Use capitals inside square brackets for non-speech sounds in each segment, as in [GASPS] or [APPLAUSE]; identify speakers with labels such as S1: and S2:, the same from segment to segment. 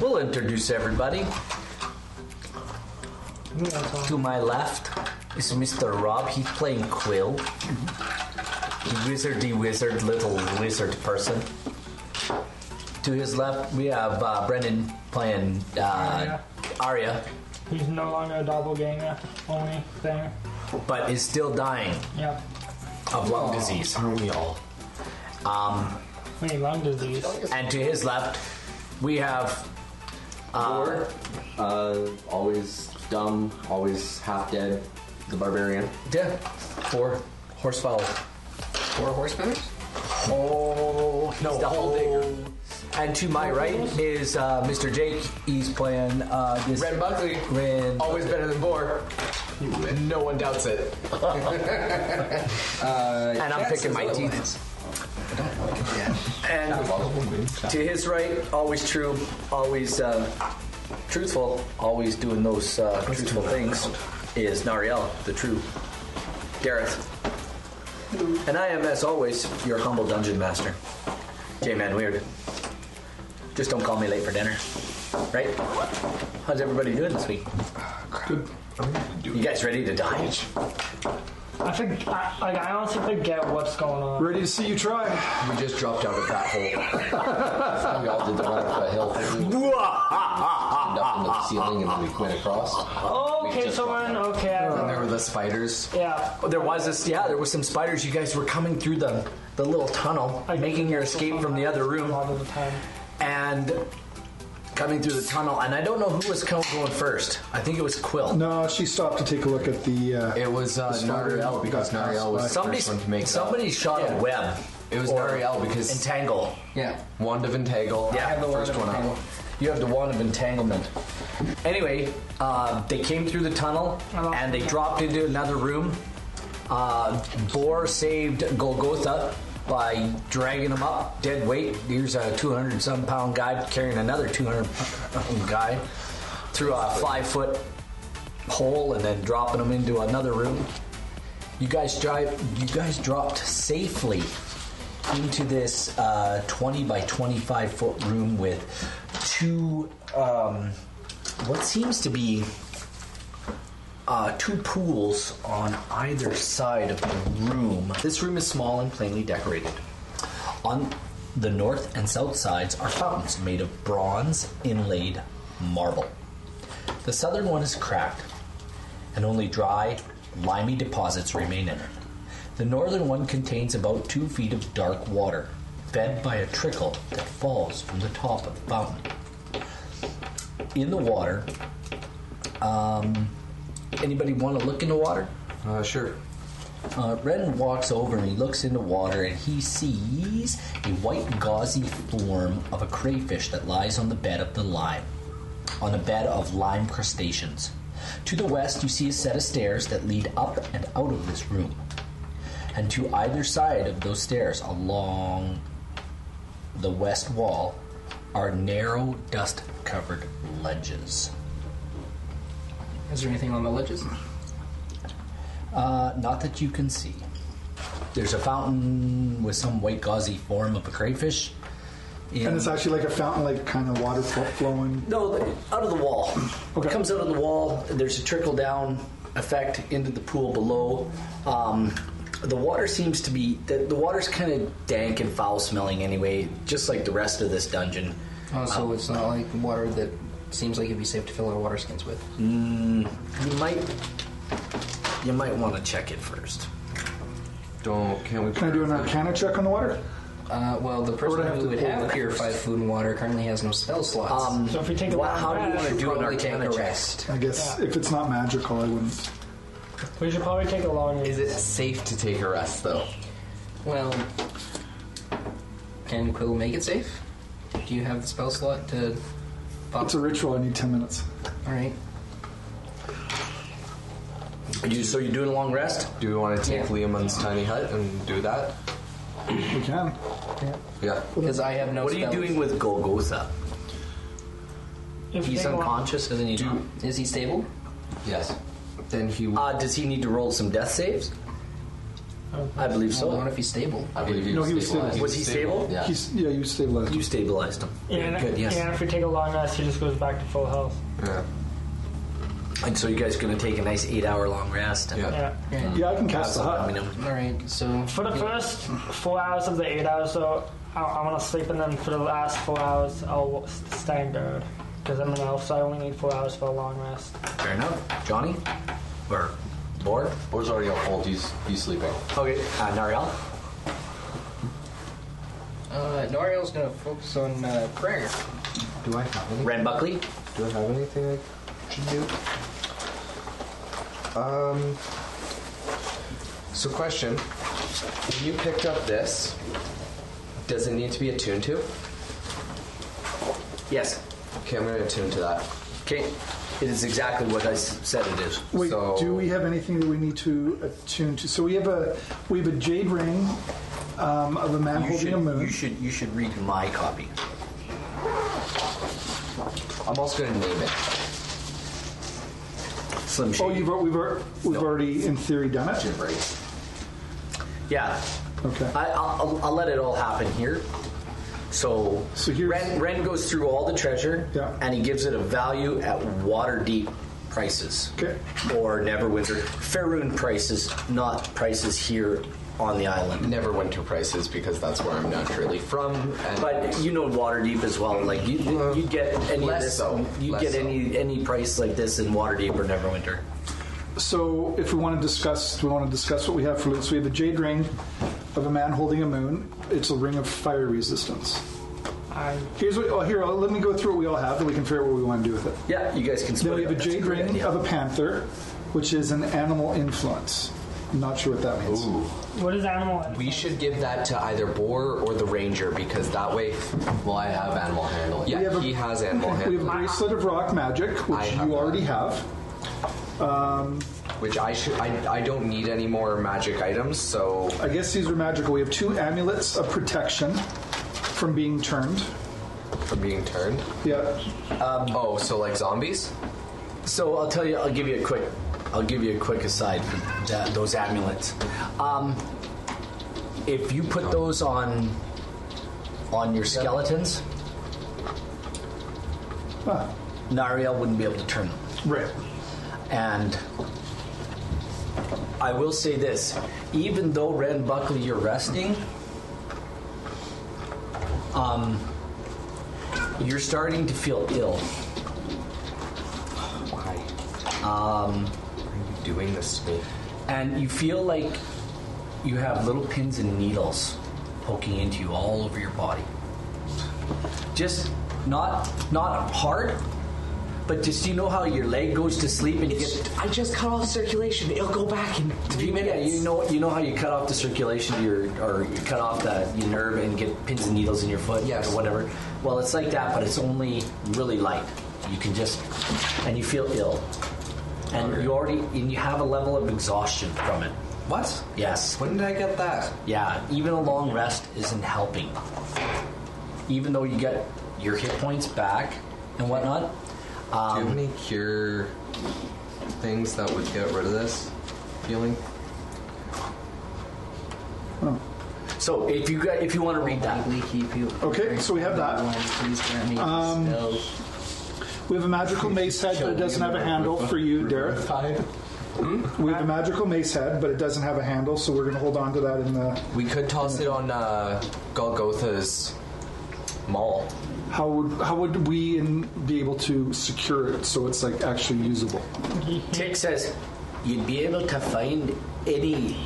S1: will introduce everybody. To my left is Mr. Rob. He's playing Quill. The wizardy wizard, little wizard person. To his left, we have uh, Brendan playing uh, Arya,
S2: He's no longer a doppelganger, only thing.
S1: but is still dying
S2: Yep.
S1: of lung disease.
S3: Aren't we all?
S2: We need lung disease.
S1: And to his left, we have
S3: Or, uh, always dumb, always half dead, the barbarian.
S1: yeah, four horsefowl.
S4: Four horse feathers?
S1: Oh, no, the whole digger. And to my right is uh, Mr. Jake. He's playing uh, this
S4: Red Buckley.
S1: Ren-
S4: Always better than Boar. No one doubts it.
S1: and I'm picking my teeth. And to his right, always true, always uh, truthful, always doing those uh, truthful things is Nariel, the true Gareth. And I am, as always, your humble dungeon master, J Man Weird. Just don't call me late for dinner, right? How's everybody doing this week? You guys ready to die?
S2: I think, I, like, I honestly forget what's going on.
S5: Ready to see you try.
S4: We just dropped out of that
S3: [LAUGHS]
S4: hole.
S3: We all did the run up the hill, thing, and up into the ceiling, and then we went across.
S2: Okay,
S3: just
S2: so when, okay, I
S4: There
S1: Uh.
S2: remember.
S4: were the spiders.
S2: Yeah.
S1: There was this, yeah. There was some spiders. You guys were coming through the the little tunnel,
S2: I-
S1: making your escape from the other
S2: A
S1: room,
S2: lot of the time.
S1: and coming through the tunnel. And I don't know who was co- going first. I think it was Quill.
S5: No, she stopped to take a look at the. Uh,
S3: It was uh,
S5: spider
S3: Nariel because
S5: got passed
S3: Nariel
S5: by.
S3: was
S1: Somebody,
S3: first one to make
S1: somebody shot a web.
S3: It was
S1: or
S3: Nariel because-
S1: entangle.
S3: Yeah, wand of entangle.
S1: Yeah. I have the wand
S3: first
S1: of
S3: one
S1: entangle.
S3: out.
S1: You have the wand of entanglement. Anyway, uh, they came through the tunnel and they dropped into another room. Uh, Boar saved Golgotha by dragging him up dead weight. Here's a 200 and some pound guy carrying another 200 pound [LAUGHS] guy through a five foot hole and then dropping him into another room. You guys drive. You guys dropped safely into this uh, 20 by 25 foot room with two um, what seems to be uh, two pools on either side of the room.
S3: This room is small and plainly decorated.
S1: On the north and south sides are fountains made of bronze inlaid marble. The southern one is cracked, and only dry, limy deposits remain in it. The northern one contains about two feet of dark water, fed by a trickle that falls from the top of the fountain. In the water, um, anybody want to look in the water?
S3: Uh, sure.
S1: Uh, Ren walks over and he looks into water and he sees a white gauzy form of a crayfish that lies on the bed of the lime, on a bed of lime crustaceans. To the west, you see a set of stairs that lead up and out of this room. And to either side of those stairs, along the west wall, are narrow, dust covered ledges.
S4: Is there anything on the ledges?
S1: Uh, not that you can see. There's a fountain with some white gauzy form of a crayfish. in-
S5: and it's actually like a fountain, like kind of water fl- flowing.
S1: no, out of the wall. It comes out of the wall. There's a trickle down effect into the pool below. Um, the water seems to be the, the water's kind of dank and foul smelling anyway, just like the rest of this dungeon.
S4: Oh, so it's not like water that seems like it'd be safe to fill our water skins with.
S1: You might you might want to check it first.
S3: Don't. Can we?
S5: Can I do an arcana check on the water?
S4: Uh, well, the
S5: Or would
S4: person
S5: I have
S4: who
S5: to
S4: would
S5: pull
S4: have
S5: that
S4: purified food and water currently has no spell slots.
S1: Um,
S2: So if we take a
S1: wha- how do you
S2: bath,
S1: want to
S4: Should
S1: do an
S4: probably take
S1: arcana
S4: a
S1: check?
S4: rest.
S5: I guess if it's not magical, I wouldn't.
S2: We should probably take a long rest.
S3: Is it safe to take a rest though?
S4: Well, can Quill make it safe? Do you have the spell slot to
S1: Oh.
S4: pop?
S5: It's a ritual. I need ten minutes.
S4: All right.
S1: You, so you doing a long rest?
S3: Do we want to take
S4: Yeah.
S3: Liamon's tiny hut and do that?
S5: We can.
S3: Yeah.
S4: Because I have no
S1: What are you
S4: spells.
S1: doing with Golgotha?
S2: If we
S1: He's
S2: take a long-
S1: unconscious, isn't he? not?
S4: Is he stable?
S3: Yes. Then he. would
S1: Uh, does he need to roll some death saves? I believe
S4: So,
S1: so.
S4: if he's stable.
S3: I believe you
S5: No, he was stable.
S1: Was he stable?
S3: Yeah.
S5: He's, yeah, you stabilized.
S1: You stabilized him.
S2: And,
S1: Good, yes.
S2: and if we take a long rest, he just goes back to full health.
S3: Yeah.
S1: And so you guys are going to take a nice eight hour long rest. And
S3: Yeah.
S2: Yeah.
S5: Yeah, I can
S1: Have
S5: cast the
S1: some coming
S5: hut.
S1: up.
S4: All right, so
S2: For the first four hours of the eight hours, though, I, I'm gonna sleep, and then for the last four hours, I'll s- stand guard. Because I'm an elf, so I only need four hours for a long rest.
S1: Fair enough. Johnny? Or Lord?
S3: Boar's already on hold. He's, he's sleeping.
S1: Okay. Uh, Nariel?
S4: uh, Noriel's gonna focus on uh, prayer.
S3: Do I have any?
S1: Ren Buckley?
S3: Do I have anything I should do? Um. So, question: When you picked up this, does it need to be attuned to?
S1: Yes.
S3: Okay, I'm going to attune to that.
S1: Okay. It is exactly what I s- said it is.
S5: Wait,
S3: So-
S5: do we have anything that we need to attune to? So we have a we have a jade ring um, of a man
S1: You
S5: holding
S1: should,
S5: a
S1: you
S5: moon.
S1: should you should read my copy.
S3: I'm also going to name it.
S1: Slim
S5: Oh,
S1: Shady.
S5: you've al- we've al- we've
S1: No.
S5: already in theory done it.
S3: Right.
S1: yeah.
S5: Okay.
S1: I, I'll, I'll- I'll let it all happen here. So,
S5: So here's-
S1: Ren, Ren goes through all the treasure
S5: Yeah.
S1: and he gives it a value at water deep prices.
S5: Okay.
S1: Or Neverwinter. Faroon prices, not prices here on the island.
S3: Never winter prices because that's where I'm naturally from. And
S1: But you know Waterdeep as well. Like you, you you'd get any of
S3: Less
S1: this,
S3: so.
S1: you
S3: Less
S1: get
S3: so.
S1: any any price like this in Waterdeep or Neverwinter.
S5: So if we want to discuss, do we want to discuss what we have for loot? So we have a jade ring of a man holding a moon. It's a ring of fire resistance.
S2: I,
S5: Here's what. Oh, here, I'll- let me go through what we all have, and we can figure out what we want to do with it.
S1: Yeah, you guys can.
S5: Then
S1: split
S5: we
S1: it
S5: have a
S1: up. That's
S5: jade
S1: good
S5: ring
S1: idea.
S5: of a panther, which is an animal influence. I'm not sure what that means.
S2: what is animal?
S3: we should give that to either Boar or the Ranger because that way. Well, I have animal handling.
S5: We
S3: Yeah,
S5: have a-
S3: he has
S1: [LAUGHS]
S3: animal
S5: We
S3: handling.
S5: have a bracelet of rock magic,
S3: I
S5: which
S3: have
S5: you
S3: that.
S5: already have.
S3: which I should I, I don't need any more magic items, so
S5: I guess these are magical. We have two amulets of protection from being turned.
S3: from being turned.
S5: Yeah.
S3: oh, so like zombies?
S1: So I'll tell you. I'll give you a quick. I'll give you a quick aside for that, those amulets. Um, if you put those on on your skeletons,
S5: Huh.
S1: Nariel wouldn't be able to turn them.
S5: Right.
S1: And I will say this: even though Ren Buckley, you're resting, um, you're starting to feel ill.
S3: Why? Um, are you doing this to me?
S1: and you feel like you have little pins and needles poking into you all over your body. Just not not hard, but just you know how your leg goes to sleep and you get.
S3: I just cut off circulation. It'll go back in three
S1: Yeah, you know you know how you cut off the circulation of your or you cut off the your nerve and get pins and needles in your foot
S3: Yes.
S1: or whatever. Well, it's like that, but it's only really light. You can just and you feel ill, and you already and you have a level of exhaustion from it.
S3: What?
S1: Yes.
S3: When did I get that?
S1: Yeah, even a long rest isn't helping. Even though you get your hit points back and whatnot.
S3: Do
S6: Um,
S3: you have any cure things that would get rid of this feeling?
S1: So if you got, if you want to read that,
S4: Kindly keep you.
S5: Okay, so we have that.
S4: Please grant me um, spells.
S5: We have a magical mace head, but it doesn't have a handle for you, Dareth. We have a magical mace head, but it doesn't have a handle, so we're going to hold on to that in the.
S3: We could toss it on uh, Golgotha's mall.
S5: How would how would we in, be able to secure it so it's like actually usable?
S1: Tick says you'd be able to find any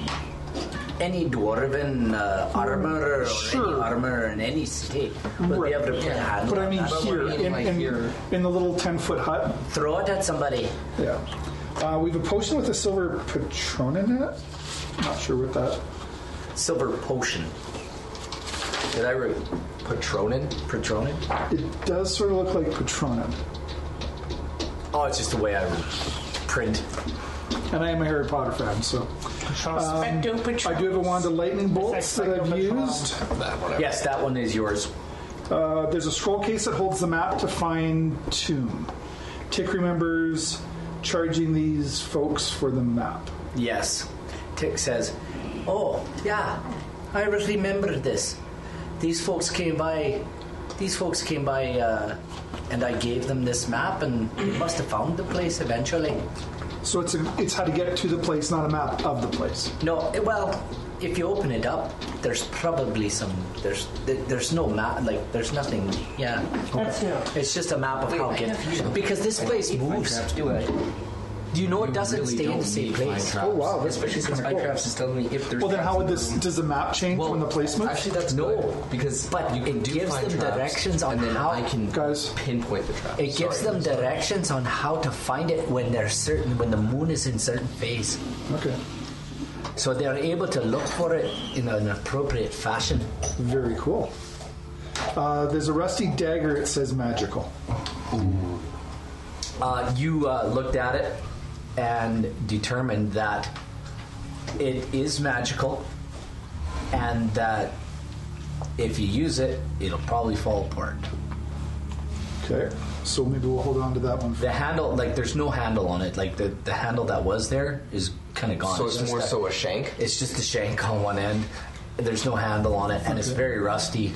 S1: any dwarven uh, armor or any
S5: Hmm. Sure.
S1: armor in any city. We'll
S5: Right.
S1: be able to put a handle.
S5: But I
S1: on
S5: mean
S1: that.
S5: here,
S4: mean,
S5: in,
S4: like
S5: in,
S4: here.
S5: in the little ten foot hut.
S1: throw it at somebody.
S5: Yeah. Uh, we have a potion with a silver patron in it. Not sure what that.
S1: Silver potion. Did I write
S3: Patronin?
S1: Patronin?
S5: It does sort of look like patronum.
S1: Oh, it's just the way I print.
S5: And I am a Harry Potter fan, so
S2: Um,
S5: I do have a wand of lightning bolts that I've used.
S1: Yes, that one is yours.
S5: Uh, there's a scroll case that holds the map to fine tune. Tick remembers charging these folks for the map.
S1: Yes. Tick says,
S7: Oh, yeah. I remember this. These folks came by. These folks came by, uh, and I gave them this map, and they must have found the place eventually.
S5: So it's a, it's how to get to the place, not a map of the place.
S7: No, eh, well, if you open it up, there's probably some. There's there- there's no map. Like there's nothing. Yeah,
S2: That's you.
S7: it's just a map of how
S4: I
S7: to
S4: have
S7: get.
S4: you.
S7: Because this place moves.
S4: Minecraft do it.
S7: Do you know it doesn't stay in the same place?
S5: Oh, wow, that's
S4: Especially since
S5: pretty cool.
S4: Minecraft is telling me if there's.
S5: Well, then how would this? Does the map change
S6: Well,
S5: when the place moves?
S6: Actually, that's
S7: No,
S6: good, because
S7: but
S6: you can
S7: it
S6: do
S7: gives
S6: find
S7: them
S6: traps,
S7: directions on
S6: and then
S7: how-
S6: I can
S5: Guys.
S6: pinpoint the trap.
S7: It gives them directions on how to find it when they're certain when the moon is in certain phase,
S5: Okay.
S7: so they are able to look for it in an appropriate fashion.
S5: Very cool. Uh, there's a rusty dagger. It says magical.
S8: Uh, you uh, looked at it and determined that it is magical and that if you use it, it'll probably fall apart.
S5: Okay. So maybe we'll hold on to that one.
S8: The handle, like, there's no handle on it. Like, the, the handle that was there is kind of gone.
S6: So it's
S8: just
S6: more
S8: a-
S6: so a shank.
S8: It's just a shank on one end. There's no handle on it, and it's very rusty.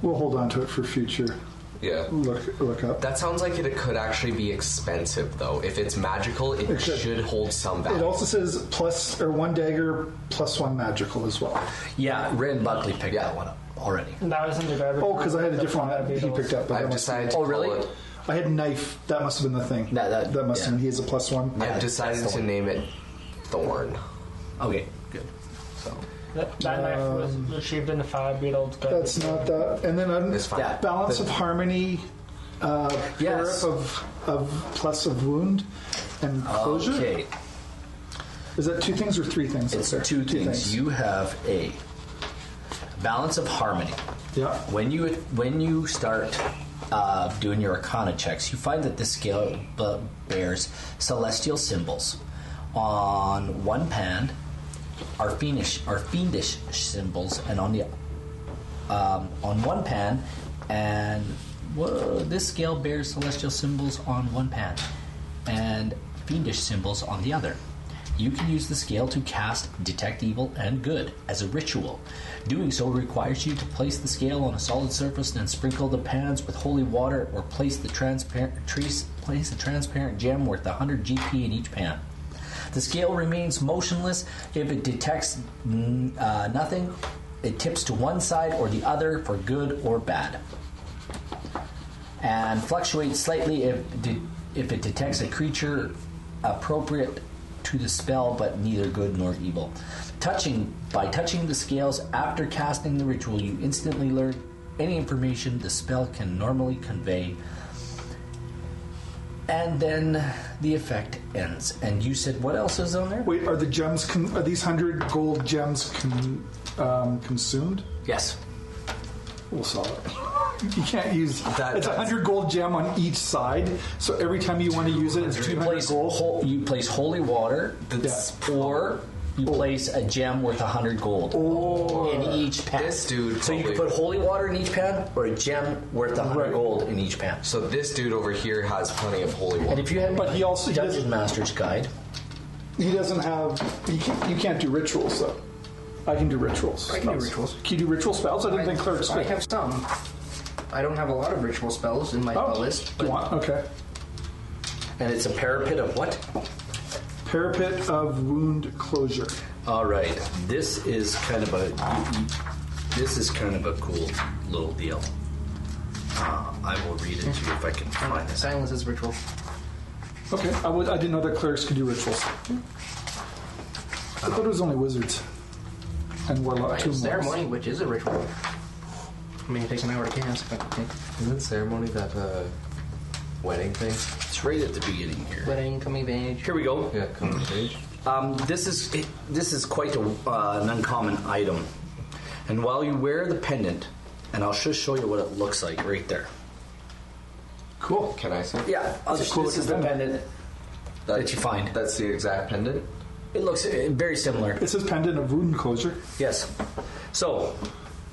S5: We'll hold on to it for future
S6: Yeah.
S5: look look up.
S6: That sounds like it could actually be expensive, though. If it's magical, it
S5: It should.
S6: should hold some
S5: It
S6: value.
S5: also says plus or one dagger plus one magical as well.
S8: Yeah, Ren Buckley picked
S6: Yeah.
S8: that one up already.
S2: That was in the garbage.
S5: Oh, because I had a
S2: The
S5: different
S2: fire
S5: one that he
S2: beetles.
S5: picked up. But that
S6: I've
S5: must-
S6: decided. To
S8: Oh,
S6: call
S8: really?
S6: It,
S5: I had knife. That must have been the thing.
S8: That- that-
S5: must have
S8: yeah.
S5: been. He has a plus one.
S8: Yeah,
S6: I've
S8: that's
S6: decided
S8: the
S6: to
S8: one.
S6: name it Thorn.
S8: Okay, good.
S2: That, that knife was retrieved in the fire beetle's garbage.
S5: Um, That's not that. And then on
S6: It's fine.
S8: Yeah.
S5: balance of harmony, uh,
S8: Yes.
S5: tariff of of plus of wound and closure.
S8: Okay,
S5: Is that two things or three things?
S8: it's
S5: up there?
S8: two things. You have a balance of harmony.
S5: Yeah.
S8: When you when you start uh, doing your arcana checks, you find that this scale b- bears celestial symbols. On one hand are fiendish are fiendish symbols, and on the um, on one pan, and whoa, this scale bears celestial symbols on one pan, and fiendish symbols on the other. You can use the scale to cast Detect Evil and Good as a ritual. Doing so requires you to place the scale on a solid surface, then sprinkle the pans with holy water, or place the transparent trees, place a transparent gem worth 100 GP in each pan. The scale remains motionless. If it detects mm, uh, nothing, it tips to one side or the other for good or bad, and fluctuates slightly if de- if it detects a creature appropriate to the spell, but neither good nor evil. Touching by touching the scales after casting the ritual, you instantly learn any information the spell can normally convey and then the effect ends. And you said, what else is on there?
S5: Wait, are the gems? Con- are these hundred gold gems con- um, consumed?
S8: Yes.
S5: We'll solve it. [LAUGHS] You can't use
S6: That-
S5: It's a
S6: that's-
S5: hundred gold gem on each side, so every time you want to use it, it's two
S8: You
S5: hundred
S8: place,
S5: gold.
S8: hol- you place holy water,
S6: That's-
S8: or you
S7: Oh,
S8: place a gem worth 100 gold in each pan.
S6: This dude
S8: so you can
S6: probably-
S8: put holy water in each pan, or a gem worth 100
S5: Right.
S8: gold in each pan.
S6: So this dude over here has plenty of holy
S8: And
S6: water.
S8: if you have
S5: But he also- he
S8: Dungeon
S5: doesn't-
S8: Master's Guide,
S5: He doesn't have. He can't, you can't do rituals though. I can do rituals.
S4: I can do
S5: spells.
S4: rituals.
S5: Can you do ritual spells? I didn't think clerics
S4: I
S5: could.
S4: have some. I don't have a lot of ritual spells in my
S5: Oh,
S4: spell list,
S5: you
S4: but
S5: want- okay.
S8: and it's a parapet of what?
S5: Parapet of wound closure.
S8: All right, this is kind of a this is kind of a cool little deal. Uh, I will read it to you if I can find this.
S4: silence is ritual.
S5: Okay, I, would, I didn't know that clerics could do rituals. I thought it was only wizards and warlock two
S4: Ceremony, which is a ritual. I mean, it takes an hour to cast, but okay.
S6: Isn't ceremony that uh, wedding thing?
S8: It's right at the beginning here.
S4: wedding, coming of age.
S8: Here we go.
S6: Yeah, coming of age.
S8: Um, this is it, this is quite a, uh, an uncommon item, and while you wear the pendant, and I'll just show you what it looks like right there.
S5: Cool.
S6: Oh, Can I say?
S8: Yeah, I'll
S5: It's a
S8: just,
S5: cool
S8: this is the
S5: looking
S8: pendant that you find.
S6: That's the exact pendant.
S8: It looks uh, very similar.
S5: It says pendant of wound closure.
S8: Yes. So,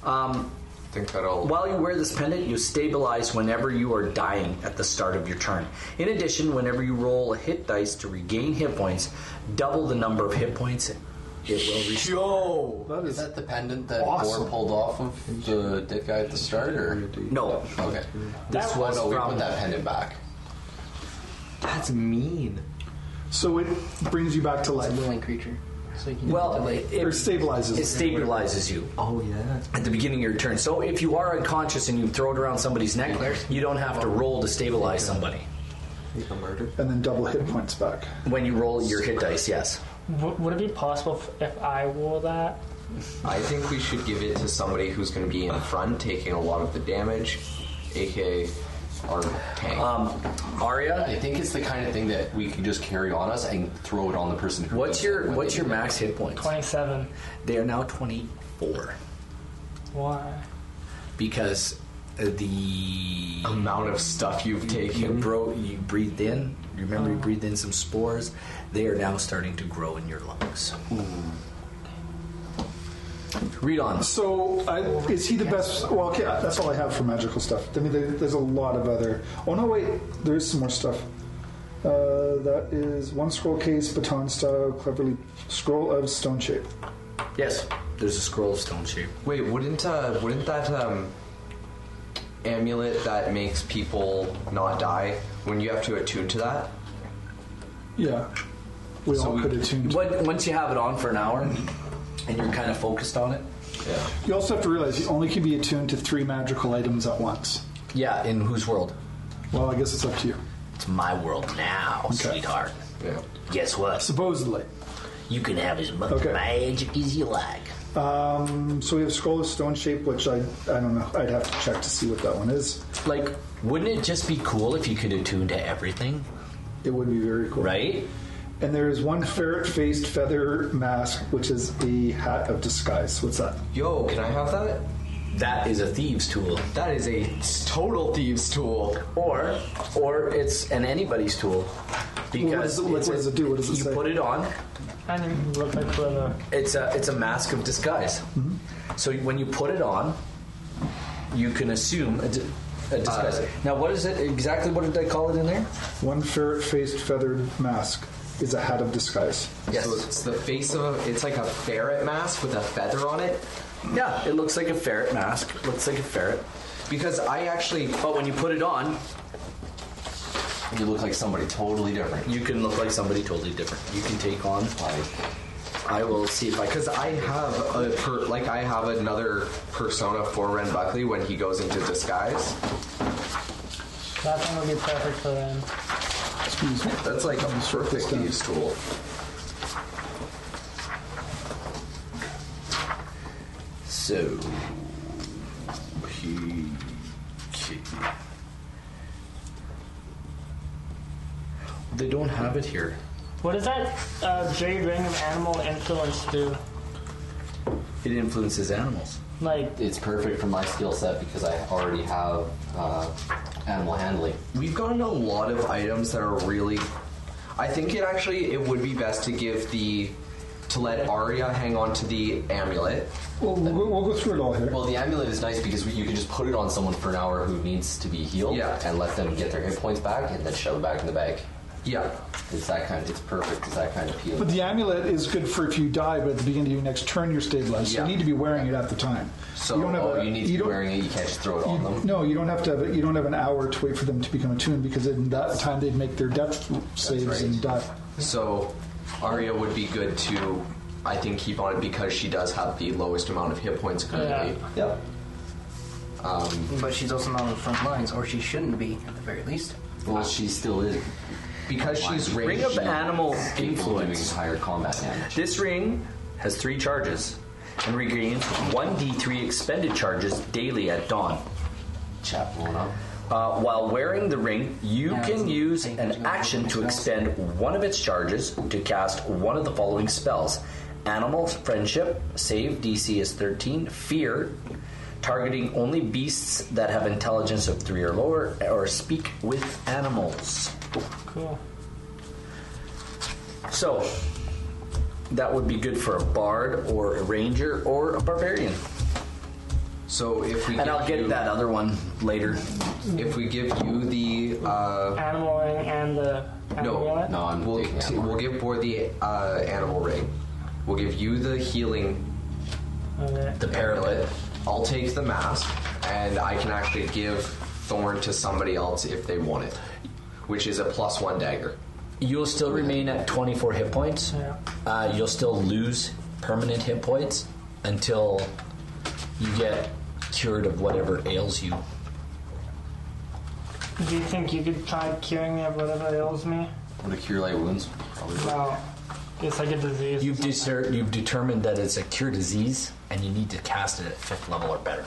S8: um,
S6: I think that'll.
S8: While you wear this pendant, you stabilize whenever you are dying at the start of your turn. In addition, whenever you roll a hit dice to regain hit points, double the number of hit points it will reset.
S1: Yo!
S5: That
S6: Is
S5: is
S6: that the pendant that
S5: Awesome.
S6: Boar pulled off of the dick guy at the start? Or?
S1: No,
S6: Okay.
S1: this
S6: Well,
S1: was
S6: no, we put
S1: from
S6: that pendant back.
S3: That's mean.
S5: so it brings you back to
S4: It's a
S5: life
S4: willing creature. So you can
S1: well,
S4: delay.
S1: it,
S5: or
S1: it
S5: stabilizes. it.
S1: stabilizes you
S3: Oh yeah.
S1: at the beginning of your turn. So if you are unconscious and you throw it around somebody's neck, you don't have to roll to stabilize somebody.
S3: Make a murder.
S5: and then double hit points back.
S1: When you roll your hit dice, yes.
S2: W- would it be possible f- if I wore that?
S3: I think we should give it to somebody who's going to be in front, taking a lot of the damage, aka our tank.
S1: Um, Arya,
S6: I think it's the kind of thing that we can just carry on us and throw it on the person. Who
S1: what's
S6: does
S1: your
S6: it when
S1: what's
S6: they
S1: your
S6: do that.
S1: max hit points?
S2: 27.
S1: They are now twenty four
S2: Why?
S1: because uh, the
S3: amount of stuff you've
S1: you
S3: taken. Oh.
S1: bro you breathed in. You remember you breathed in some spores. They are now starting to grow in your lungs. Read on.
S5: So I, is he the best? Well, okay, that's all I have for magical stuff. I mean, there, there's a lot of other. Oh no, wait, there is some more stuff. Uh, that is one scroll case, baton style, cleverly scroll of stone shape.
S1: Yes, there's a scroll of stone shape.
S3: Wait, wouldn't uh, wouldn't that um, amulet that makes people not die? When you have to attune to that,
S5: Yeah, we
S3: So
S5: all
S3: we-
S5: could attune. To.
S1: What, once you have it on for an hour and you're kind of focused on it,
S3: yeah.
S5: You also have to realize you only can be attuned to three magical items at once.
S1: yeah, in whose world?
S5: Well, I guess it's up to you.
S1: It's my world now, sweetheart.
S3: Yeah.
S1: Guess what?
S5: Supposedly.
S1: You can have as much
S5: Okay.
S1: magic as you like.
S5: Um, so we have scroll of stone shape, which I I don't know. I'd have to check to see what that one is.
S1: Like, wouldn't it just be cool if you could attune to everything,
S5: It would be very cool,
S1: right?
S5: And there is one ferret-faced feather mask, which is a hat of disguise. What's that?
S3: Yo, can I have that?
S1: That is a thieves' tool,
S3: That is a total thieves' tool.
S1: or or it's an anybody's tool because
S5: it- what
S1: it's
S5: does
S1: a-
S5: it do? What does it
S1: you
S5: say?
S1: put it on.
S2: I didn't look like whoever.
S1: It's a it's a mask of disguise. So when you put it on, you can assume a, di- a disguise. now, what is it exactly? What did I call it in there?
S5: One ferret-faced feathered mask is a hat of disguise.
S1: Yes.
S3: So it's the face of a, it's like a ferret mask with a feather on it.
S1: Yeah, it looks like a ferret mask. Looks like a ferret.
S3: Because I actually
S1: But when you put it on,
S6: You look like somebody totally different.
S1: you can look like somebody totally different. You can take on. I will see if I can.
S3: Because I have a per, like I have another persona for Ren Buckley when he goes into disguise.
S2: That thing would be perfect for them.
S3: That's like a perfect thieves tool.
S1: So he. he- They don't have it here.
S2: What does that uh, jade ring of animal influence do?
S1: It influences animals.
S2: Like,
S6: It's perfect for my skill set because I already have uh, animal handling.
S3: We've gotten a lot of items that are really. I think it actually it would be best to give the to let Arya hang on to the amulet.
S5: Well, we'll, we'll go through it all here.
S6: Well, the amulet is nice because you can just put it on someone for an hour who needs to be healed
S3: Yeah.
S6: and let them get their hit points back and then shove it back in the bag.
S3: Yeah,
S6: It's that kind. It's perfect. It's that kind of healing.
S5: But the amulet is good for if you die, but at the beginning of your next turn, you're stabilized. So
S3: Yeah.
S5: you need to be wearing it at the time.
S6: So oh, you need to be
S5: don't-
S6: wearing it. You can't just throw it on them.
S5: No, you don't have to. Have, a- you don't have an hour to wait for them to become attuned because in that time they'd make their death saves
S6: right.
S5: and die.
S3: so Arya would be good to I think keep on it because she does have the lowest amount of hit points currently.
S6: Yep.
S4: but she's also not on the front lines, or she shouldn't be at the very least.
S6: Well, she still is.
S3: Because she's
S1: Ring of
S3: ranged.
S1: animal
S6: capable of doing
S1: influence.
S6: higher combat damage.
S1: This ring has three charges and regains 1d3 expended charges daily at dawn.
S6: Chap blown up.
S1: Uh, while wearing the ring, you
S4: Yeah,
S1: can
S4: it's-
S1: use
S4: I think it's
S1: an
S4: gonna
S1: action
S4: work
S1: to
S4: with
S1: expend one of its charges to cast one of the following spells Animal Friendship, save DC is 13, Fear, targeting only beasts that have intelligence of 3 or lower, or speak with animals.
S2: cool.
S1: So, that would be good for a bard or a ranger or a barbarian.
S3: So if we
S1: And
S3: give
S1: I'll get
S3: you-
S1: that other one later.
S3: If we give you the uh,
S2: Animal ring and the
S3: no,
S2: amulet?
S6: No, I'm
S3: we'll,
S6: taking
S3: t-
S6: animal.
S3: we'll give Boar the uh, animal ring.
S1: We'll give you the healing
S2: Okay.
S7: The
S1: amulet. I'll take the mask, and I can actually give Thorn to somebody else if they want it, which is a plus one dagger.
S7: You'll still remain at 24 hit points.
S2: Yeah.
S7: Uh, you'll still lose permanent hit points until you get cured of whatever ails you.
S2: Do you think you could try curing me of whatever ails me?
S6: Would a cure light wounds? Probably.
S2: No. It's like a disease.
S7: You've, deser- you've determined that it's a cure disease, and you need to cast it at fifth level or better.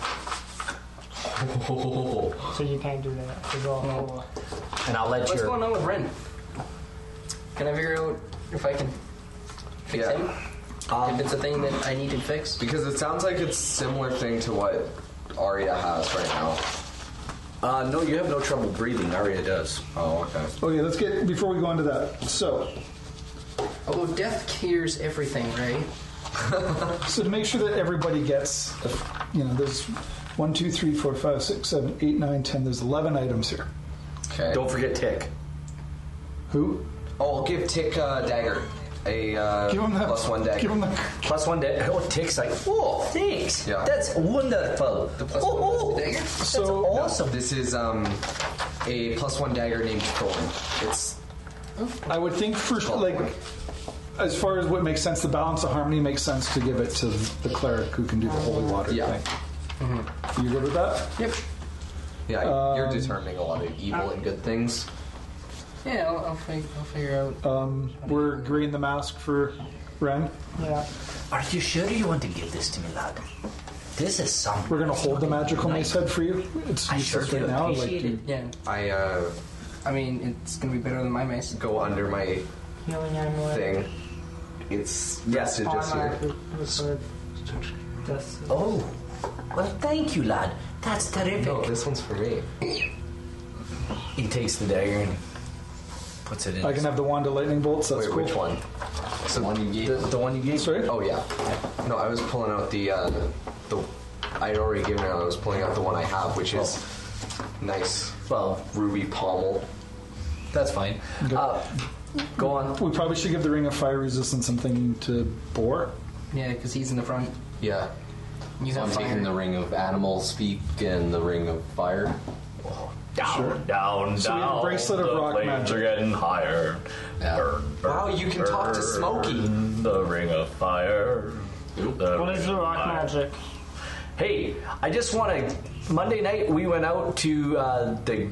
S2: So you can't do that. It's all over.
S7: And I'll let
S4: What's
S7: your
S4: going on with Ren? Can I figure out if I can fix
S1: Yeah.
S4: him? if it's a thing that I need to fix?
S1: Because it sounds like it's similar thing to what Arya has right now.
S9: Uh, no, you have no trouble breathing. Aria does.
S1: Oh, okay.
S5: Okay, let's get before we go into that. So,
S4: Although death cures everything, right?
S5: so to make sure that everybody gets, you know, there's one, two, three, four, five, six, seven, eight, nine, ten. There's eleven items here.
S1: Okay.
S9: Don't forget tick.
S5: Who?
S1: Oh, I'll give Tick a dagger. A uh,
S5: Give him that.
S1: plus one dagger.
S5: Give him the.
S9: Plus one day. Oh, tick's like, oh, thanks.
S1: Yeah.
S9: That's wonderful.
S1: plus one
S9: oh, oh.
S5: So
S1: No,
S9: awesome.
S1: this is um, a plus one dagger named Thorn. It's
S5: I would think for like, as far as what makes sense, the balance of harmony makes sense to give it to the cleric who can do the holy water
S1: Yeah.
S5: thing. You good with that?
S4: Yep.
S1: yeah. you're
S5: Um,
S1: determining a lot of evil and good things.
S4: Yeah, I'll, I'll, fig- I'll figure out.
S5: Um, we're green the mask for Ren.
S2: Yeah.
S10: Are you sure you want to give this to me, lad? This is something.
S5: We're gonna hold the magical mace head for you. It's
S10: I
S5: useless
S10: sure do
S5: right now. Like,
S4: Appreciate it. Yeah.
S1: I uh,
S4: I mean, it's gonna be better than my mace.
S1: go under my
S2: Healing amulet.
S1: thing. It's
S9: Yes,
S1: yes, it just here.
S2: Automatic reserve. That's-
S10: Oh, well, thank you, lad. That's terrific.
S1: No, this one's for me.
S10: He takes the dagger and puts it in.
S5: I can have the wand of lightning bolts. That's
S1: Wait,
S5: cool.
S1: which one?
S6: The one you
S1: The,
S6: gave.
S1: the one you gave.
S5: Sorry?
S1: Oh yeah. No, I was pulling out the uh, the I'd already given it. I was pulling out the one I have, which is nice
S7: well,
S1: ruby pommel.
S7: that's fine. Uh, go on.
S5: We probably should give the ring of fire resistance something to bore.
S4: Yeah, because he's in the front.
S1: Yeah.
S4: You
S6: I'm
S4: have
S6: taking
S4: fire.
S6: the ring of animal speak and the ring of fire.
S8: Down,
S5: Sure.
S8: down,
S5: So we have a
S8: down.
S5: bracelet of
S8: the
S5: rock
S8: flames
S5: magic.
S8: are getting higher.
S6: Yeah.
S8: Burn, burn,
S1: Wow, you can talk to Smokey.
S8: burn, The ring of fire. The
S2: What is
S8: ring
S2: the
S8: of
S2: rock
S8: fire.
S2: magic?
S7: Hey, I just want to. Monday night we went out to uh, the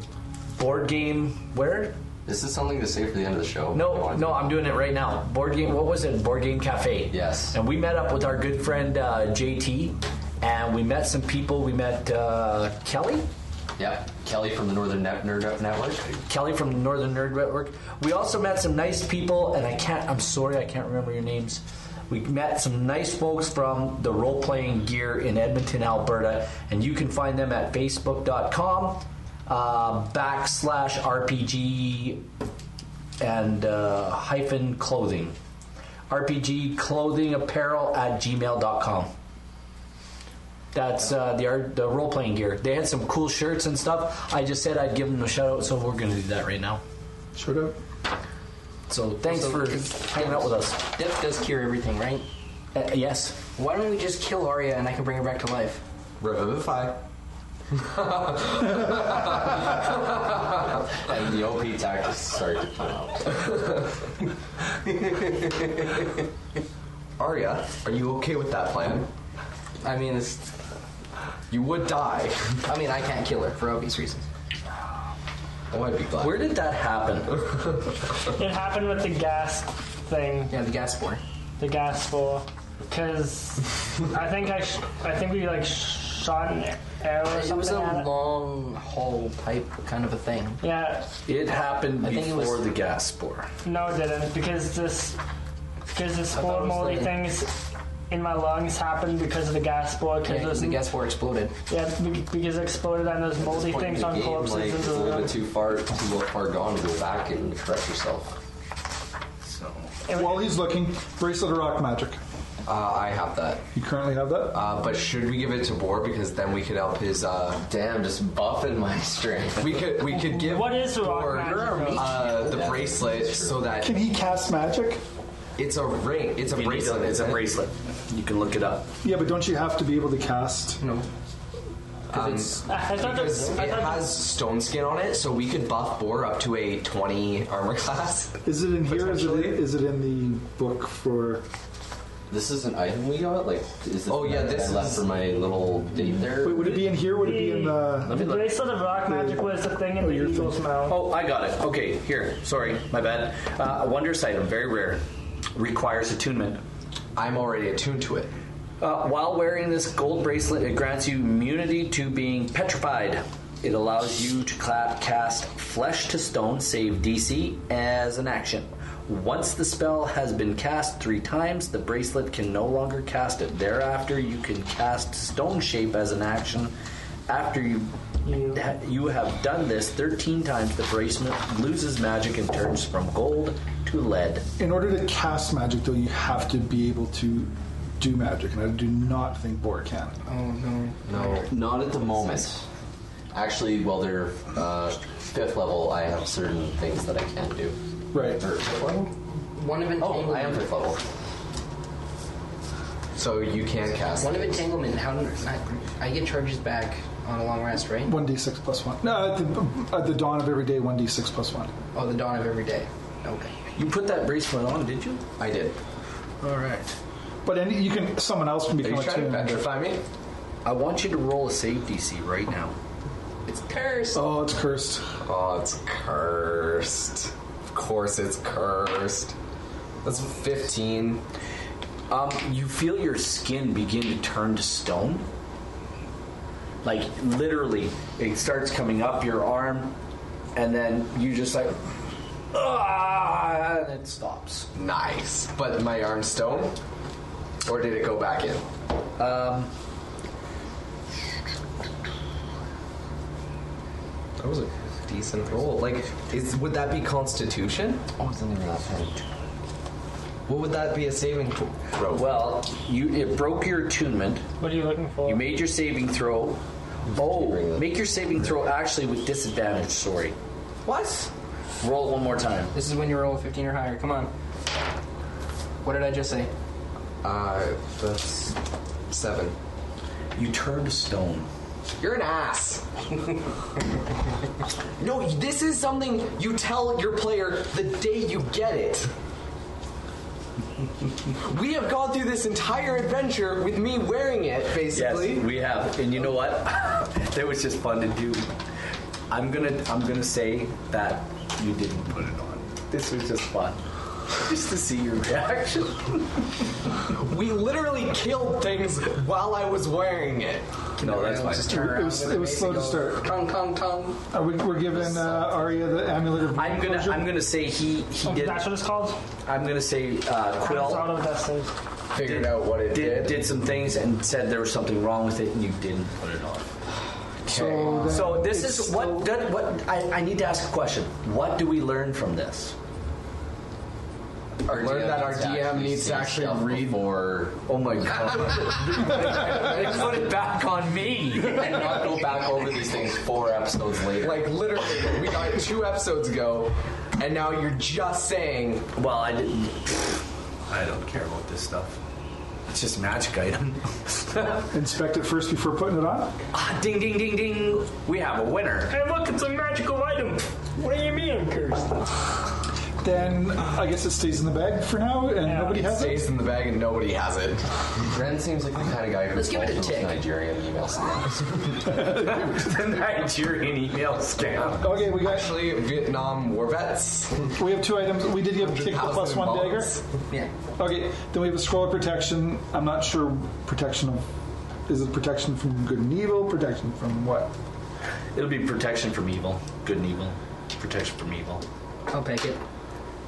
S7: board game. Where?
S6: Is this something to say for the end of the show?
S7: No, no, I'm doing it right now. Board game. What was it? Board game cafe.
S6: Yes.
S7: And we met up with our good friend uh, JT, and we met some people. We met uh, Kelly.
S6: Yeah, Kelly from the Northern Net- Nerd Network.
S7: Kelly from the Northern Nerd Network. We also met some nice people, and I can't. I'm sorry, I can't remember your names. We met some nice folks from the Role Playing Gear in Edmonton, Alberta, and you can find them at facebook.com uh, backslash RPG and uh, hyphen clothing. RPG clothing apparel at gmail.com. That's uh, the art, the role playing gear. They had some cool shirts and stuff. I just said I'd give them a shout out, so we're going to do that right now.
S5: Sure do.
S7: So thanks
S4: So-
S7: for hanging out with us.
S4: Death does cure everything, right?
S7: Uh, yes,
S4: Why don't we just kill Arya and I can bring her back to life?
S1: Revivify.
S6: And the OP tactics start to come out.
S1: Arya, are you okay with that plan?
S4: I mean, it's.
S1: You would die.
S4: I mean, I can't kill her for obvious reasons.
S1: Oh, I'd be glad.
S7: where did that happen?
S2: It happened with the gas thing.
S4: Yeah, the gas spore.
S2: The gas for. Because I think I, sh- I think we like shot an arrow or
S4: It was
S2: something.
S4: a
S2: at it.
S4: long haul pipe kind of a thing.
S2: Yeah,
S8: It happened
S4: I think it was-
S8: before the gas spore.
S2: No, it didn't because this because this
S4: thought
S2: spore
S4: it was
S2: moldy
S4: the-
S2: things in my lungs happened because of the gas spore. Cause
S4: Yeah, because the
S2: yeah,
S4: gas spore exploded.
S2: yeah, be- because it exploded and those moldy
S6: Point in
S2: things
S6: the
S2: on
S6: game,
S2: corpses.
S6: like,
S2: is
S6: it's a little bit too far, too far gone to go back and correct yourself.
S5: While he's looking, bracelet of rock magic.
S1: Uh, I have that.
S5: You currently have that.
S3: Ah.
S1: Uh, but should we give it to Boar because then we could help his. Uh,
S6: Damn, just buffing my [LAUGHS] strength.
S1: we could we could give
S2: What is the rock
S1: Boar
S2: magic? though?
S1: uh, the bracelet so that
S5: Can he cast magic?
S3: It's a ring. It's a
S8: You need
S3: bracelet.
S8: a- It's a
S3: isn't it?
S8: bracelet. You can look it up.
S5: Yeah, but don't you have to be able to cast?
S3: No. Um,
S2: [LAUGHS] I, I thought that-
S3: because
S2: I
S3: it
S2: thought
S3: has stone skin on it, so we could buff Boar up to a 20
S6: [LAUGHS]
S3: armor class.
S5: Is it in here? Is it,
S3: Potentially.
S5: is it in the book for?
S6: This is an item we got. Like, is it?
S3: Oh, yeah,
S6: that
S3: this
S6: I left
S3: is-
S6: for my little date there.
S5: Wait, would it be in here? Would it be in uh, the?
S2: the bracelet of rock magic was the thing in the Eagle's mouth.
S8: Oh, I got it. Okay, here. Sorry, my bad. Uh, a wondrous item, very rare. Requires attunement.
S3: I'm already attuned to it.
S8: Uh, while wearing this gold bracelet, it grants you immunity to being petrified.
S1: It allows you to cla- cast Flesh to Stone save DC as an action. Once the spell has been cast three times, the bracelet can no longer cast it. Thereafter, you can cast Stone Shape as an action. After you ha- you have done this 13 times, the bracelet loses magic and turns from gold to lead.
S5: In order to cast magic, though, you have to be able to do magic, and I do not think Boar can.
S4: Oh no.
S3: No.
S6: Not at the moment. Actually, while they're uh, fifth level, I have certain things that I can do.
S5: Right.
S6: Or fifth level?
S4: One of entanglement.
S6: Oh, I am fifth level.
S3: So you can cast.
S4: One of entanglement. How? I, I get charges back on a long rest, right?
S5: One d six plus one. No, at the, at the dawn of every day, one d six plus one.
S4: Oh, the dawn of every day. Okay.
S1: You put that bracelet on, did you?
S3: I did.
S4: All right.
S5: But any, you can someone else can
S3: Are
S5: become
S3: you
S5: a
S3: trying to petrify me?
S1: I want you to roll a save DC right now.
S3: It's cursed.
S5: Oh, it's cursed.
S3: Oh, it's cursed. Of course, it's cursed. That's 15.
S1: Um, you feel your skin begin to turn to stone. Like literally, it starts coming up your arm, and then you just like, ah, and it stops.
S3: Nice. But my arm stone? Or did it go back in?
S1: Um,
S3: That was a decent roll. Like, is, would that be Constitution?
S6: Oh, it's in the last hand.
S3: What would that be a saving throw?
S1: well, you it broke your attunement.
S2: What are you looking for?
S1: You made your saving throw. Oh, make your saving throw actually with disadvantage. Sorry.
S4: What?
S1: Roll it one more time.
S4: This is when you roll a 15 or higher. Come on. What did I just say?
S3: Uh, that's seven.
S1: You turn to stone.
S3: You're an ass. no, this is something you tell your player the day you get it. we have gone through this entire adventure with me wearing it, basically.
S1: Yes, we have, and you know what? [LAUGHS] that was just fun to do. I'm gonna, I'm gonna say that you didn't put it on. This was just fun, just to see your reaction.
S3: [LAUGHS] We literally killed things while I was wearing it.
S1: No, that's
S4: I'll Just
S1: fine.
S4: turn around
S5: It was-
S4: with
S5: it was
S4: my face
S5: slow
S4: and
S5: to
S4: go,
S5: start.
S4: Kong, kong, kong.
S5: Are we, we're giving uh, Arya the amulet of.
S1: I'm gonna, I'm gonna say he, he
S2: Oh,
S1: did.
S2: that's what it's called?
S1: I'm gonna say uh,
S2: It's out
S1: Quill
S2: of that stage.
S3: Figured out what it
S1: did, did some things and said there was something wrong with it, and you didn't put it on.
S5: So, then
S1: So this
S5: it's
S1: is what, that- what I, I need to ask a question. What do we learn from this?
S3: Our Learned that our DM needs to actually read.
S6: Or
S1: Oh my god! [LAUGHS] they put it back on me.
S6: not go back over these things four episodes later.
S3: Like literally, we got two episodes ago, and now you're just saying
S1: Well, I didn't. I don't care about this stuff. It's just a magic item.
S5: inspect it first before putting it on.
S1: ah, ding, ding, ding, ding. We have a winner.
S2: Hey, look, it's a magical item. What do you mean, I'm cursed?
S5: Then I guess it stays in the bag for now, and
S2: Yeah.
S5: nobody has it.
S3: stays in the bag and nobody has it.
S6: Ren seems like the kind of guy who
S4: Let's give it a
S6: also
S4: tick.
S6: Nigerian emails.
S1: the Nigerian email scam.
S5: Okay, we got.
S3: Actually, Vietnam war vets.
S5: We have two items. We did give kick the
S3: 100,000
S5: plus one dagger.
S3: bullets.
S4: Yeah.
S5: Okay, then we have a scroll of protection. I'm not sure protection of. Is it protection from good and evil? Protection from what?
S1: It'll be protection from evil, good and evil. Protection from evil.
S4: I'll pick it.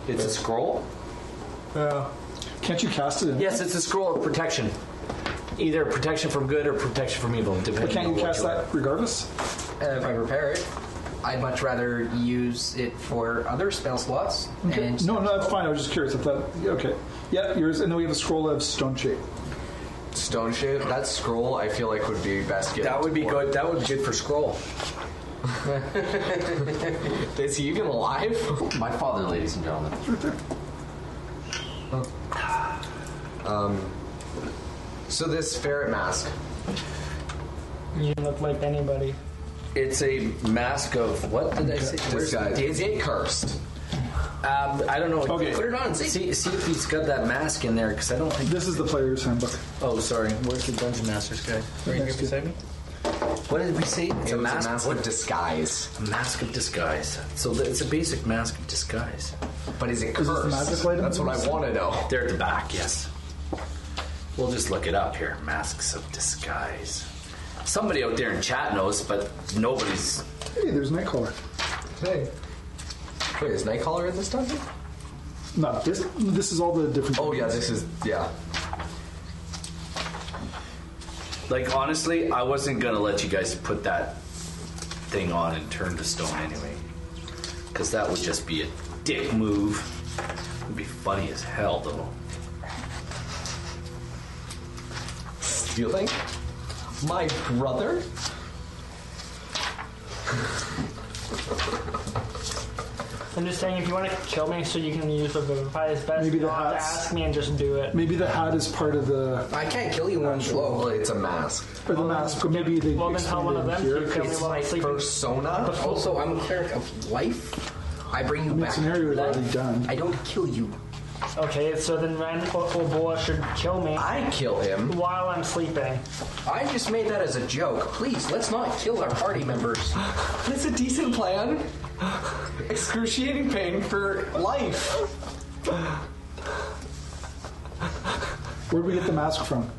S1: It's a scroll.
S5: Can't you cast it? In?
S1: Yes, it's a scroll of protection. Either protection from good or protection from evil, depending.
S5: But can't
S1: on
S5: you
S1: what
S5: cast
S1: you're-
S5: that regardless?
S4: Uh, if I repair it, I'd much rather use it for other spell slots. And
S5: No, no, that's fine. I was just curious. I thought, okay, yeah, yours. And then we have a scroll of stone shape.
S3: Stone shape. That scroll, I feel like would be best. given
S1: That
S3: to
S1: would be
S3: Boar.
S1: good. That would be good for scroll.
S3: [LAUGHS] Is he even alive?
S6: My father, ladies and gentlemen.
S3: Um, So this ferret mask.
S2: You look like anybody.
S1: It's a mask of what did I say? Where's-
S3: Disguise.
S1: Is it cursed? Um, I don't know.
S5: Okay.
S1: Put it on. See. see, if he's got that mask in there because I don't think.
S5: This is the player's handbook.
S1: Oh, sorry. Where's the dungeon master's guy? Right here beside me. What did we say? It's
S3: It
S1: a
S3: was
S1: mask.
S3: a mask of disguise.
S1: a mask of disguise. So th- it's a basic mask of disguise.
S3: But is it
S5: this the
S3: cursed?
S5: magic item?
S3: That's what I want to know.
S1: They're at the back. Yes. We'll just look it up here. Masks of disguise. Somebody out there in chat knows, but nobody's.
S5: Hey, there's Nightcaller.
S3: Hey. Wait, is Nightcaller in this dungeon?
S5: No, this this is all the different.
S3: Oh yeah, this is yeah.
S1: Like honestly, I wasn't gonna let you guys put that thing on and turn to stone anyway, because that would just be a dick move. It'd be funny as hell though.
S3: Do you think? My brother?
S2: I'm just saying, if you want to kill me so you can use the vivify, it's best
S5: Maybe the
S2: not to
S5: hats.
S2: ask me and just do it.
S5: Maybe the hat is part of the
S6: I can't kill you in one
S3: Well,
S6: blow.
S3: it's a mask.
S5: or the mask, but maybe they
S2: Well, then tell one of
S5: expanded
S2: them
S5: here.
S2: to kill me
S3: It's
S2: while I'm
S3: my
S2: sleeping.
S3: persona.
S6: Also, I'm a cleric of life. I bring you
S5: mean,
S6: back.
S5: scenario
S6: to
S5: is
S6: life.
S5: already done.
S6: I don't kill you.
S2: Okay, so then Ren or, or Boa should kill me
S3: I kill him.
S2: while I'm sleeping.
S6: I just made that as a joke. Please, let's not kill our party members.
S3: That's a decent plan. [LAUGHS] Excruciating pain for life.
S5: Where'd we get the mask from?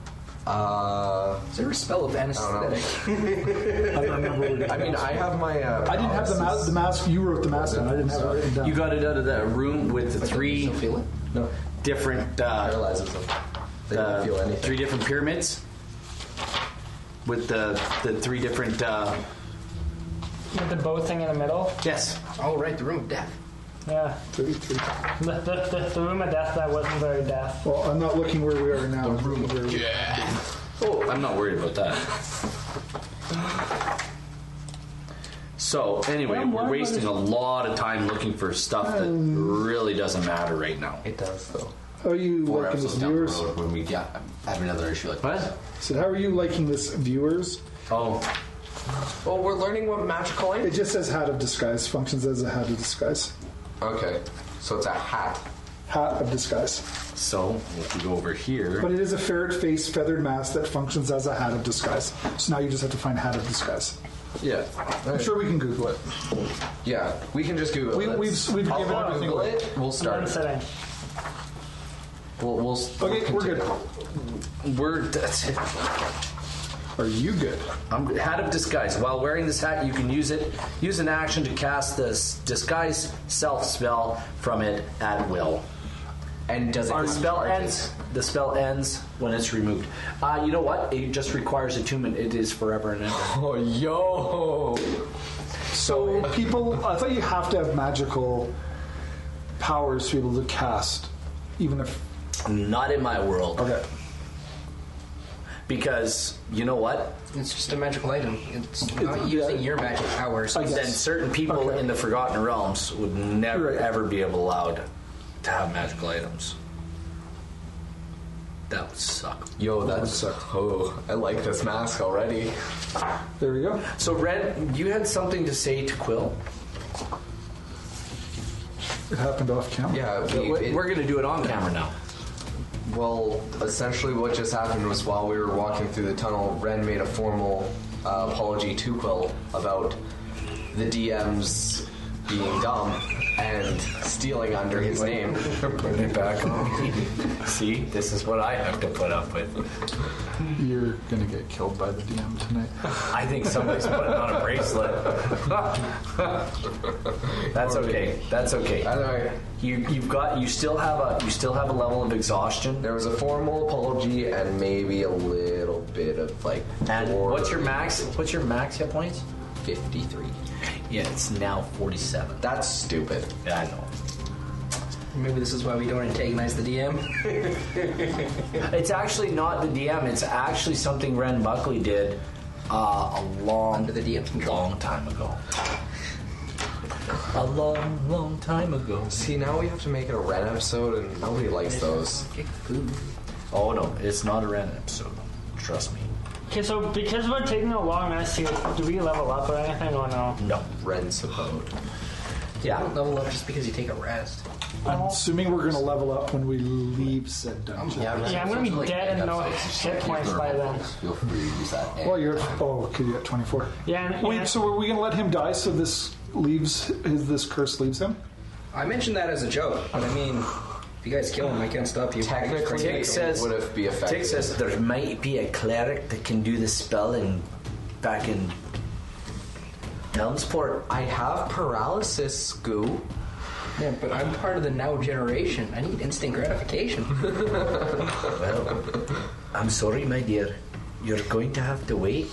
S3: Uh,
S6: Is there a spell of anesthetic?
S5: I don't remember. Where we
S3: [LAUGHS]
S5: got
S3: I
S5: it.
S3: mean, I have my. Uh,
S5: I didn't have the mask. The mask. You wrote the mask down. I didn't have it written down.
S1: You got it out of that room with the
S6: You
S1: three
S6: still feel it?
S3: No,
S1: different uh,
S3: paralyzes them. They
S1: uh,
S3: don't feel anything.
S1: three different pyramids with the the three different uh,
S2: With the bow thing in the middle.
S1: yes.
S6: Oh, right, the room of death.
S2: Yeah.
S5: Thirty-three.
S2: The, the, the, the room of death that wasn't very death.
S5: Well, I'm not looking where we are now. I'm looking where we-
S1: Oh, I'm not worried about that. So anyway,
S5: I'm
S1: we're
S5: worried
S1: wasting a lot of time looking for stuff that
S3: Um,
S1: really doesn't matter right now.
S11: It does though.
S5: How are you
S11: Four
S5: liking this
S11: episodes down the
S5: viewers?
S11: road when we get, have another issue like
S1: What?
S5: So how are you liking this viewers?
S1: Oh,
S3: Well, we're learning what magical
S5: It
S3: item.
S5: just says hat of disguise. Functions as a hat of disguise.
S3: Okay, so it's a hat.
S5: Hat of disguise.
S1: so if we go over here,
S5: But it is a ferret face feathered mask that functions as a hat of disguise. So now you just have to find hat of disguise.
S3: Yeah,
S5: I'm sure we can Google it.
S3: yeah. We can just Google
S5: We,
S3: it.
S5: we've we've
S3: I'll
S5: given everything
S3: Google
S5: away.
S3: it. We'll
S2: One
S3: start. it.
S2: sitting.
S3: We'll, we'll
S5: Okay, we're good.
S1: we're that's it.
S5: Are you good?
S1: I'm hat of disguise. While wearing this hat, you can use it use an action to cast this disguise self spell from it at will.
S3: And does it
S1: The spell
S3: charges?
S1: ends. The spell ends when it's removed. Uh, you know what? It just requires attunement. It is forever and ever.
S3: Oh, yo!
S5: So people, I thought you have to have magical powers to be able to cast, even if.
S1: [LAUGHS] Not in my world,
S5: Okay.
S1: because you know what?
S6: It's just a magical item. It's not using your magic powers.
S5: I guess.
S1: Then certain people
S5: Okay.
S1: in the Forgotten Realms would never
S5: Right.
S1: ever be able allowed to have magical items. That would suck.
S3: Yo, that's oh, I like this mask already.
S5: There we go.
S1: So, Red, you had something to say to Quill.
S5: It happened off camera.
S3: Yeah, we,
S1: We're
S3: it-
S1: going to do it on camera now.
S3: Well, essentially, what just happened was while we were walking through the tunnel, Ren made a formal uh, apology to Quill about the DMs being dumb and stealing under
S1: [LAUGHS]
S3: his name.
S12: Put it back
S3: [LAUGHS]
S12: on. See, this is what I have to put up with.
S5: You're gonna get killed by the DM tonight.
S12: I think somebody's putting on a bracelet.
S1: That's okay. That's okay.
S3: Anyway,
S1: You you've got you still have a you still have a level of exhaustion.
S3: there was a formal apology and maybe a little bit of like.
S1: And
S3: four-
S1: what's your max? What's your max hit points?
S3: 53?
S1: Yeah, it's now forty-seven.
S3: That's stupid.
S1: Yeah, I know.
S6: Maybe this is why we don't antagonize the DM.
S1: [LAUGHS] It's actually not the DM. It's actually something Ren Buckley did uh, a long,
S6: Under the DM's control.
S1: long time ago.
S13: a long, long time ago.
S3: See, now we have to make it a Ren episode, and nobody likes those.
S1: Oh no, it's not a random episode. Trust me.
S2: Okay, so because we're taking a long rest here, do we level up or anything or no?
S1: No.
S3: Ren suppose.
S14: Yeah.
S7: Level up just because you take a rest.
S5: I'm assuming we're going to level up when we leave said dungeon.
S2: Yeah, I'm gonna be dead and no hit points by then.
S6: Feel free to use that.
S5: Well, you're oh, okay, you're at 24.
S2: Yeah, and,
S5: Wait,
S2: and-
S5: so are we going to let him die? So this leaves his this curse leaves him.
S7: I mentioned that as a joke, but I mean, if you guys kill him, I can't stop you.
S3: Technically,
S7: Crazy.
S3: it
S1: says-
S3: would have be effective.
S1: Tick says
S13: There might be a cleric that can do the spell in back in Elmsport.
S3: I have paralysis, goo.
S7: Yeah, but I'm part of the now generation. I need instant gratification.
S13: Well, I'm sorry, my dear. You're going to have to wait.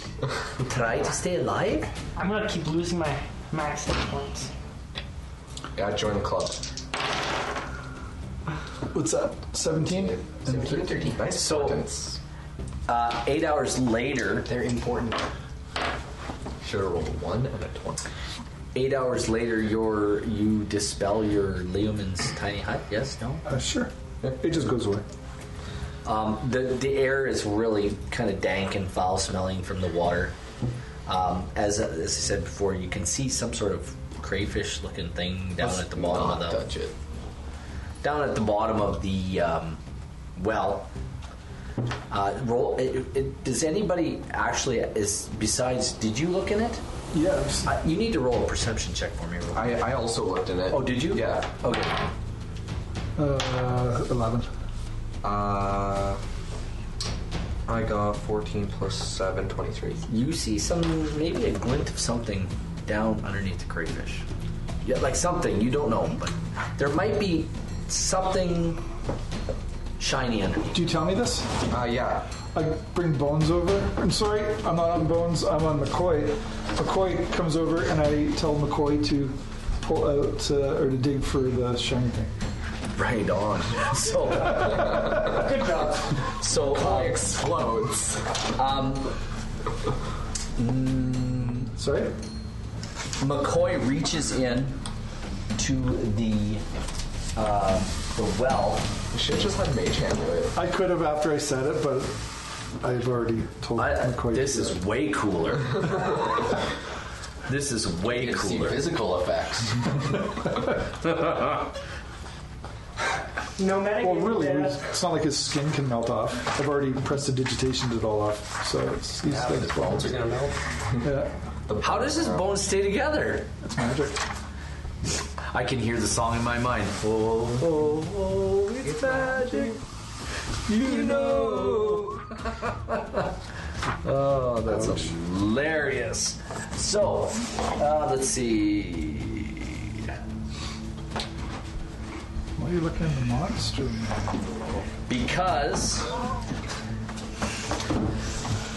S13: Try to stay alive.
S2: I'm gonna keep losing my max hit points.
S3: Yeah, join the club.
S5: What's that? 17.
S7: 17, 13.
S3: Nice
S1: So-
S3: sentence.
S1: Uh, eight hours later,
S7: They're important.
S3: Should have rolled a one and a twenty.
S1: eight hours later, your you dispel your Leoman's tiny hut. Yes, no.
S5: Uh, sure. It just goes away.
S1: Um, the the air is really kind of dank and foul smelling from the water. Um, as as I said before, you can see some sort of crayfish looking thing down at the bottom
S3: Not
S1: of the
S3: touch it.
S1: down at the bottom of the um, well. Uh, roll. It, it, does anybody actually is besides? Did you look in it?
S5: Yes.
S1: Uh, you need to roll a perception check for me. Roll.
S3: I, I also looked in it.
S1: Oh, did you?
S3: Yeah.
S1: Okay.
S5: Uh, 11.
S3: Uh, I got 14 plus 7, 23.
S1: You see some maybe a glint of something down underneath the crayfish. Yeah, like something you don't know, but there might be something shiny underneath.
S5: Do you tell me this?
S3: Uh, yeah.
S5: I bring Bones over. I'm sorry, I'm not on Bones. I'm on McCoy. McCoy comes over and I tell McCoy to pull out uh, or to dig for the shiny thing.
S1: Right on. [LAUGHS] So good job. So uh,
S3: Explodes.
S5: Sorry.
S1: McCoy reaches in to the uh, the well.
S3: We should just have Mage Hand do it.
S5: I could have after I said it, but I've already told
S1: I,
S5: McCoy.
S1: this
S5: to do
S1: is
S5: that.
S1: way cooler. this is way
S6: See
S1: cooler.
S6: physical effects.
S2: No medic.
S5: Well, really, it's not like his skin can melt off. I've already pressed the digitation it all off, so it's he's like
S3: Bones are gonna melt.
S5: Yeah,
S1: How does this bone stay together?
S5: it's magic.
S1: I can hear the song in my mind. Oh, oh, oh it's, magic. You know. oh, that's hilarious. So, uh, let's see.
S5: Why are you looking at the monster? man?
S1: Because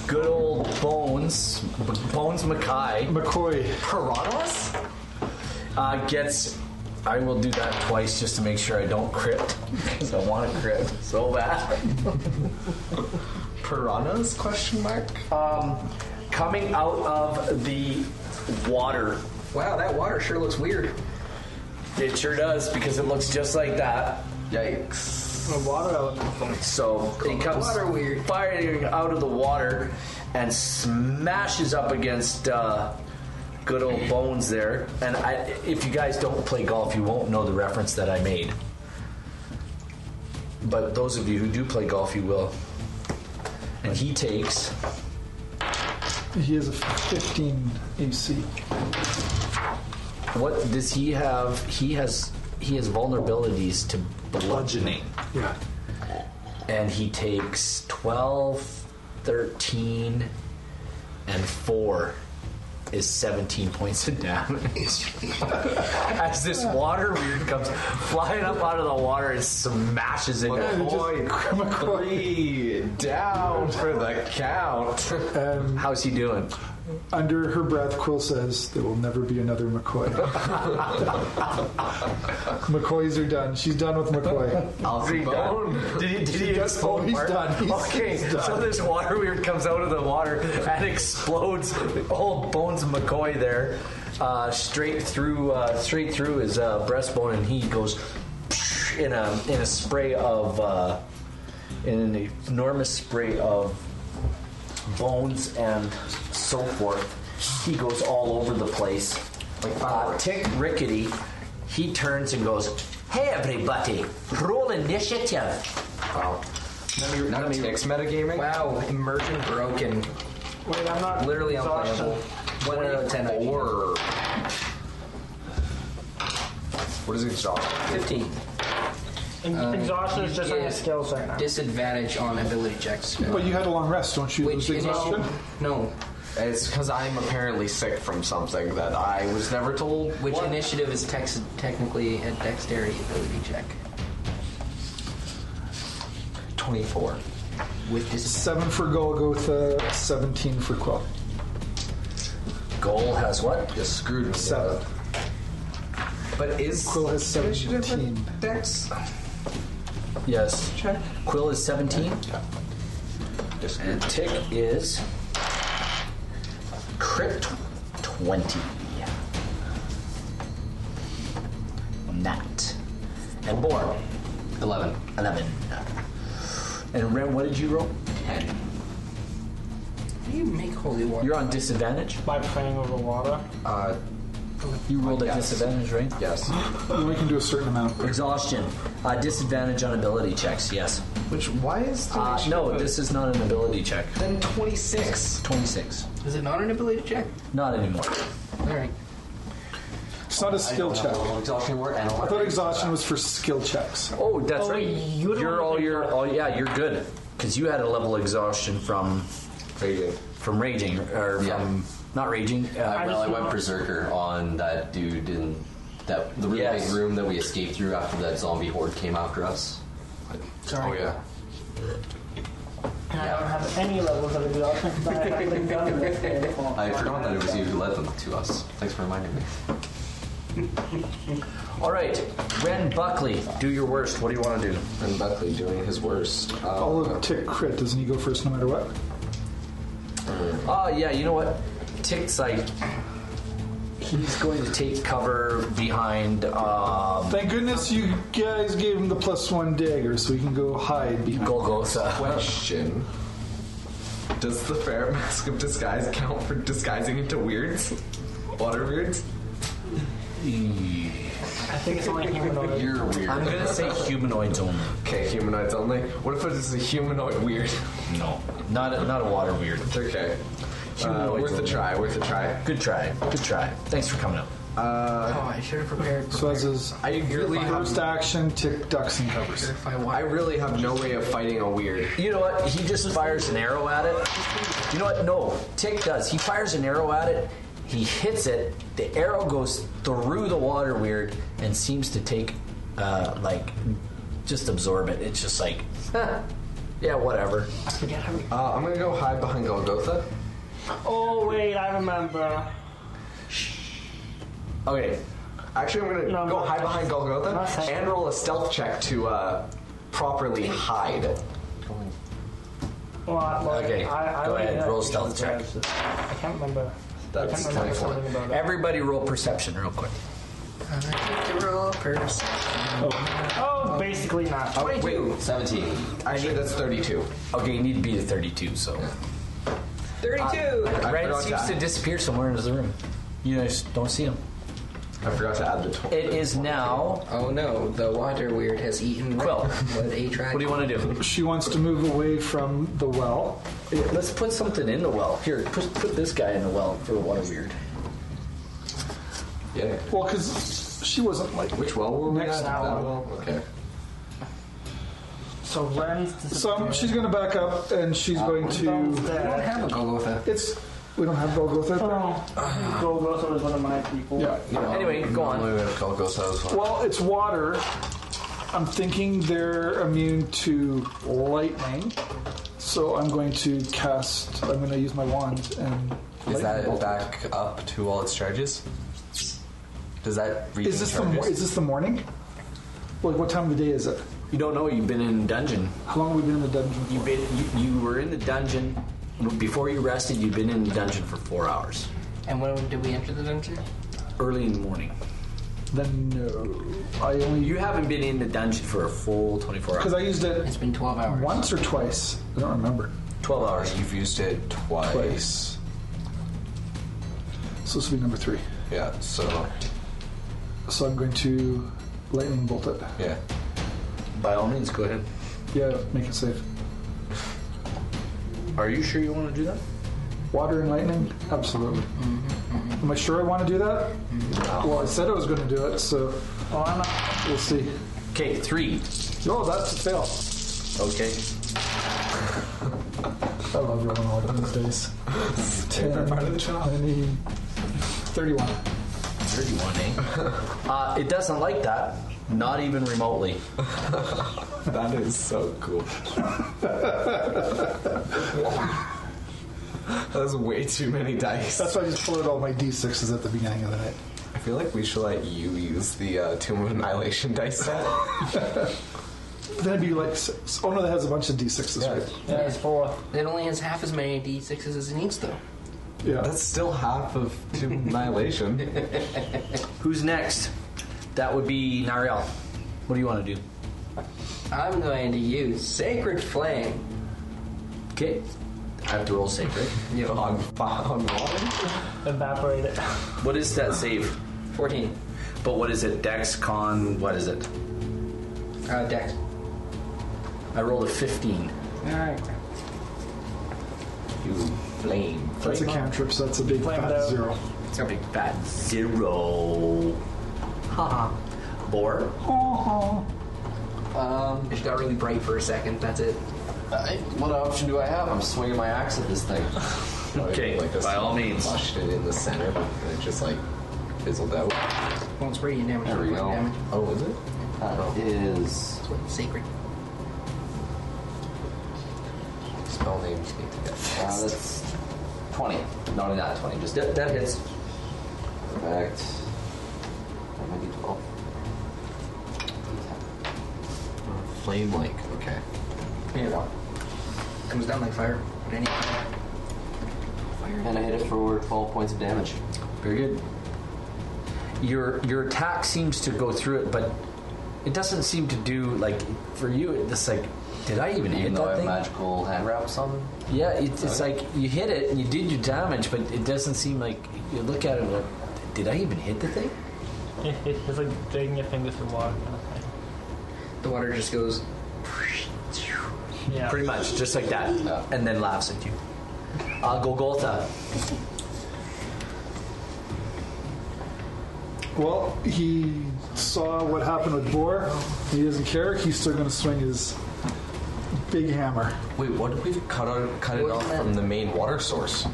S1: good old Bones, Bones Mackay,
S5: McCoy.
S1: Piranhas uh, gets. I will do that twice just to make sure I don't crypt. Because I want to crypt so
S7: [LAUGHS]
S1: bad.
S3: Piranhas? Question mark.
S1: Um, Coming out of the water.
S7: Wow, that water sure looks weird.
S1: It sure does because it looks just like that.
S3: Yikes.
S1: So it comes
S7: water weird.
S1: firing out of the water and smashes up against uh, good old bones there. And I, if you guys don't play golf, you won't know the reference that I made. But those of you who do play golf, you will. And he takes
S5: He has a 15 AC.
S1: what does he have? He has he has vulnerabilities to bludgeoning.
S5: Yeah.
S1: and he takes 12, 13, and 4 is 17 points of damage. [LAUGHS] As this water weird comes flying up out of the water and smashes into
S3: McCoy, three down for the count.
S5: Um,
S1: How's he doing?
S5: Under her breath, Quill says, There will never be another McCoy. McCoys are done. She's done with McCoy.
S1: Did he, did he
S5: does-
S1: explode?
S5: oh, he's
S1: Mark?
S5: done. He's-
S1: okay,
S5: he's
S1: so
S5: done.
S1: this water weird comes out of the water and explodes. Old Bones McCoy there. uh, straight through, uh, straight through his uh, breastbone, and he goes in a in a spray of uh, in an enormous spray of bones and so forth. He goes all over the place. Uh, Tick Rickety, he turns and goes, "Hey everybody, roll initiative."
S3: Wow. Now Tick's metagaming?
S4: Wow, immersion broken.
S2: Wait, I'm not
S4: Literally
S2: exhausted.
S4: unplayable. One out of ten. I think.
S3: Or. What is exhaustion?
S4: Fifteen.
S2: Ex- exhaustion is just on
S4: yeah.
S2: your skills right now.
S4: Disadvantage on ability checks.
S5: [LAUGHS] But you had a long rest, don't you?
S4: Which
S5: lose exhaustion?
S4: no,
S3: It's because I'm apparently sick from something that I was never told.
S4: which initiative is tex- technically a dexterity ability check
S3: 24.
S4: with disadvantage.
S5: Seven for Golgotha, seventeen for Quill.
S1: Goal has what?
S3: Just screwed me.
S5: Seven.
S3: But is
S5: Quill has seventeen.
S3: Dex?
S1: Yes. Quill is 17. And Tick is crit 20. Nat. And Born,
S6: 11.
S1: 11. And Ren, what did you roll?
S6: 10.
S4: How do you make holy water?
S1: You're on disadvantage.
S2: By praying over water.
S3: Uh,
S1: You rolled at disadvantage, right?
S3: yes.
S5: We can do a certain amount.
S1: Exhaustion. Uh, disadvantage on ability checks, yes.
S3: Which, why is the.
S1: Uh, no, this is not an ability check.
S3: Then 26.
S1: 26.
S4: Is it not an ability check?
S1: Not anymore.
S4: All right.
S5: It's not a skill check. I
S6: Exhaustion work. I don't
S5: thought exhaustion was for skill checks.
S1: Oh, that's right.
S2: you don't
S1: You're
S2: have
S1: all
S2: to
S1: your.
S2: exhaust.
S1: Oh, yeah, you're good because you had a level of exhaustion from
S3: Raging.
S1: from raging or from
S6: Yeah.
S1: not raging.
S6: I,
S1: Uh,
S6: well, I went berserker on that dude in that the really
S1: Yes.
S6: big room that we escaped through after that zombie horde came after us.
S3: Oh, yeah.
S2: And I don't have any levels of exhaustion because I haven't done this game before.
S6: I forgot that it was you who led them to us. Thanks for reminding me.
S1: all right, Ren Buckley, do your worst. What do you want to do?
S3: And Buckley doing his worst. Uh,
S5: All of tick crit, doesn't he go first no matter what?
S1: Oh, yeah, you know what? Tick's like he's going to take cover behind. Um,
S5: Thank goodness you guys gave him the plus one dagger so he can go hide behind.
S1: Golgotha.
S3: Question. Does the fair [LAUGHS] mask of disguise count for disguising into weirds? Water weirds?
S2: I think it's only humanoid.
S6: You're weird.
S1: I'm gonna say humanoids only.
S3: Okay, humanoids only. What if it's a humanoid weird?
S1: No, not a, not a water weird.
S3: Okay. Uh,
S1: Humanoids
S3: worth a
S1: only.
S3: try, worth a try.
S1: Good try. Good try. Thanks for coming up.
S4: Oh, I should have prepared.
S5: So as his
S3: I really
S5: first
S3: have,
S5: action, tick ducks and covers.
S4: if I
S3: I
S4: want.
S3: really have no way of fighting a weird.
S1: You know what? He just fires an arrow at it. You know what? No, Tick does. He fires an arrow at it. He hits it. The arrow goes through the water weird and seems to take, uh, like, just absorb it. It's just like, huh, yeah, whatever.
S3: Uh, I'm gonna go hide behind Golgotha.
S2: [LAUGHS] Oh, wait, I remember.
S1: Okay.
S3: Actually, I'm gonna
S2: No,
S3: go
S2: no.
S3: hide behind
S2: Not
S3: Golgotha
S2: second.
S3: and roll a stealth check to uh, properly hide.
S2: Well, I- well,
S1: Okay,
S2: I, I
S1: go
S2: already
S1: ahead,
S2: had
S1: roll
S2: it.
S1: stealth check.
S2: I can't remember. I
S3: That's
S2: can't remember
S3: 24.
S2: something about it.
S1: Everybody roll perception real quick.
S2: Oh, basically not.
S3: Oh, wait,
S6: 17.
S3: actually, that's 32.
S1: Okay, you need to be a 32, so.
S4: 32.
S3: I
S1: Red
S3: forgot,
S1: seems to
S3: to,
S1: disappear somewhere into the room. You guys don't see him.
S3: I forgot to add the 20.
S1: It is now.
S4: Oh no, the water weird has eaten
S1: Quill.
S4: What a track.
S1: What do you want to do?
S5: She wants to move away from the well.
S1: Let's put something in the well. Here, put, put this guy in the well for water weird.
S3: Yeah.
S5: Well, because she wasn't like.
S3: Which well were we
S5: Next
S3: at?
S2: hour.
S3: That well? Okay.
S2: So Ren's
S5: So um, she's going to back up and she's
S1: Uh,
S5: going
S2: Ren's
S5: to.
S4: I don't
S2: dead.
S4: have a Golgotha.
S5: It's. We don't have Golgotha.
S2: Oh, Golgotha was one of my people.
S5: Yeah.
S1: Anyway, go on.
S3: Normally we have Golgotha as well.
S5: Well, it's water. I'm thinking they're immune to lightning. So I'm going to cast. I'm going to use my wand and.
S6: Is that
S5: lightning bolt.
S6: back up to all its charges? Does that reach
S5: Is this the mo- is this the morning? Like what time of the day is it?
S1: You don't know. You've been in a dungeon.
S5: How long have we been in the dungeon?
S1: You've been. You, you were in the dungeon before you rested. You've been in the dungeon for four hours.
S4: And when did we Oh, enter the dungeon?
S1: early in the morning.
S5: Then no. I only
S1: You haven't been in the dungeon for a full 24 hours.
S5: because I used it
S15: It's been 12 hours.
S5: once or twice. I don't remember.
S3: 12 hours. You've used it twice.
S5: Twice. So this will be number three.
S3: Yeah, so,
S5: So I'm going to lightning bolt it.
S3: yeah.
S1: By all means, go ahead.
S5: Yeah, make it safe.
S1: Are you sure you want to do that?
S5: Water and lightning? Absolutely. Am I sure I want to do that? Well, I said I was going to do it, so
S2: Well, I'm not.
S5: we'll see.
S1: Okay, three.
S5: No, that's a fail.
S1: Okay.
S5: I love rolling all these days. [LAUGHS] Ten, part of the job. 31.
S1: 31, eh? [LAUGHS] uh, it doesn't like that. Not even remotely.
S3: That is so cool. [LAUGHS] That's way too many dice.
S5: That's why I just floated all my d6s at the beginning of the night.
S3: I feel like we should let you use the uh, Tomb of Annihilation dice set.
S5: But then it'd be like six. Oh no, that has a bunch of
S3: [LAUGHS]
S5: d6s,
S3: Yeah.
S5: right?
S2: Yeah, it's four.
S4: It only has half as many d6s as it needs, though.
S5: Yeah.
S3: That's still half of Tomb of [LAUGHS] Annihilation.
S1: Who's next? That would be Nariel. What do you want to do?
S4: I'm going to use Sacred Flame.
S1: Okay. I have to roll save, right?
S3: on,
S4: [LAUGHS]
S3: fi- on water?
S2: Evaporate it.
S1: What is that save?
S4: 14.
S1: But what is it? Dex, con, what is it?
S4: Uh, dex.
S1: I rolled a 15.
S2: Alright.
S1: You flame.
S5: That's a cantrip, so that's a big
S2: Flamed
S5: fat
S2: out.
S5: zero.
S1: It's gonna be fat zero. Haha. Or
S4: Um, it got really bright for a second. That's it.
S6: I, what option do I have? I'm swinging my axe at this thing.
S1: Okay,
S3: this
S1: by all means.
S3: Flushed it in the center, and it just like fizzled out.
S4: Well, it's radiant damage.
S6: There we
S4: poison
S6: go.
S4: Damage.
S3: Oh, is it?
S6: That is
S4: That's what sacred.
S3: Spell names need to get
S6: uh, that's twenty. No, not twenty. Just
S1: that, that hits.
S6: perfect. I'm gonna do- oh. Flame link. Okay.
S4: Here you go. Comes down like fire. Any-
S6: And I hit it for twelve points of damage.
S1: Very good. Your your attack seems to go through it, but it doesn't seem to do like for you. It's like, did I even hit
S6: Even though I
S1: that
S6: have
S1: thing?
S6: magical hand wraps on.
S1: Yeah, it's, it's like you hit it and you did your damage, but it doesn't seem like you look at it like, did I even hit the thing?
S2: [LAUGHS] It's like digging your fingers through water. kind of
S4: The water just goes.
S2: thing. Yeah.
S1: Pretty much, just like that,
S6: Yeah.
S1: and then laughs at you. Uh, Golgotha.
S5: Well, he saw what happened with Boar. He doesn't care. He's still going to swing his big hammer.
S3: Wait, what if we've cut, out, cut it
S4: What is
S3: off
S4: that?
S3: from the main water source?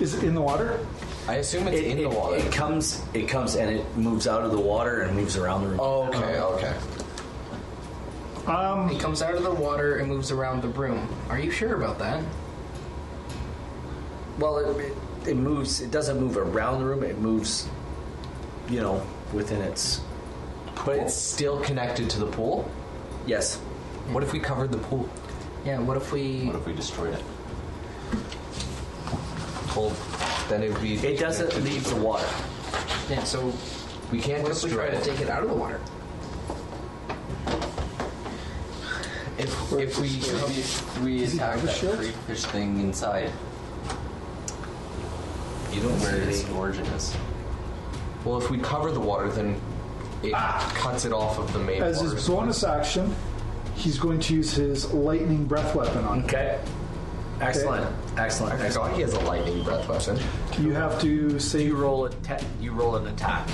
S5: Is it in the water?
S3: I assume it's
S1: It,
S3: in
S1: it-
S3: the water.
S1: it comes, it comes, and it moves out of the water and moves around the room.
S3: oh, okay, okay.
S5: Um,
S4: It comes out of the water and moves around the room. Are you sure about that?
S1: Well, it, it, it moves. It doesn't move around the room. It moves, you know, within its.
S3: But it's still connected to the pool?
S1: Yes.
S3: What if we covered the pool?
S4: Yeah. What if we?
S6: What if we destroyed it?
S3: Well, then it would be.
S1: It doesn't leave the water.
S4: Yeah. So
S3: We can't
S4: what if we
S3: destroy
S4: try to
S3: it.
S4: take it out of the water?
S6: If, if we if we, we attack that creep fish thing inside,
S1: You don't
S6: where
S1: wear
S6: its
S1: it.
S6: origin is.
S3: Well, if we cover the water, then it cuts it off of the main
S5: as
S3: water
S5: his
S3: source.
S5: bonus action, he's going to use his lightning breath weapon on.
S1: Okay. Excellent. Excellent.
S3: I
S1: Excellent.
S3: forgot he has a lightning breath weapon.
S5: it. You have to
S1: You
S5: save.
S1: roll a te- You roll an attack.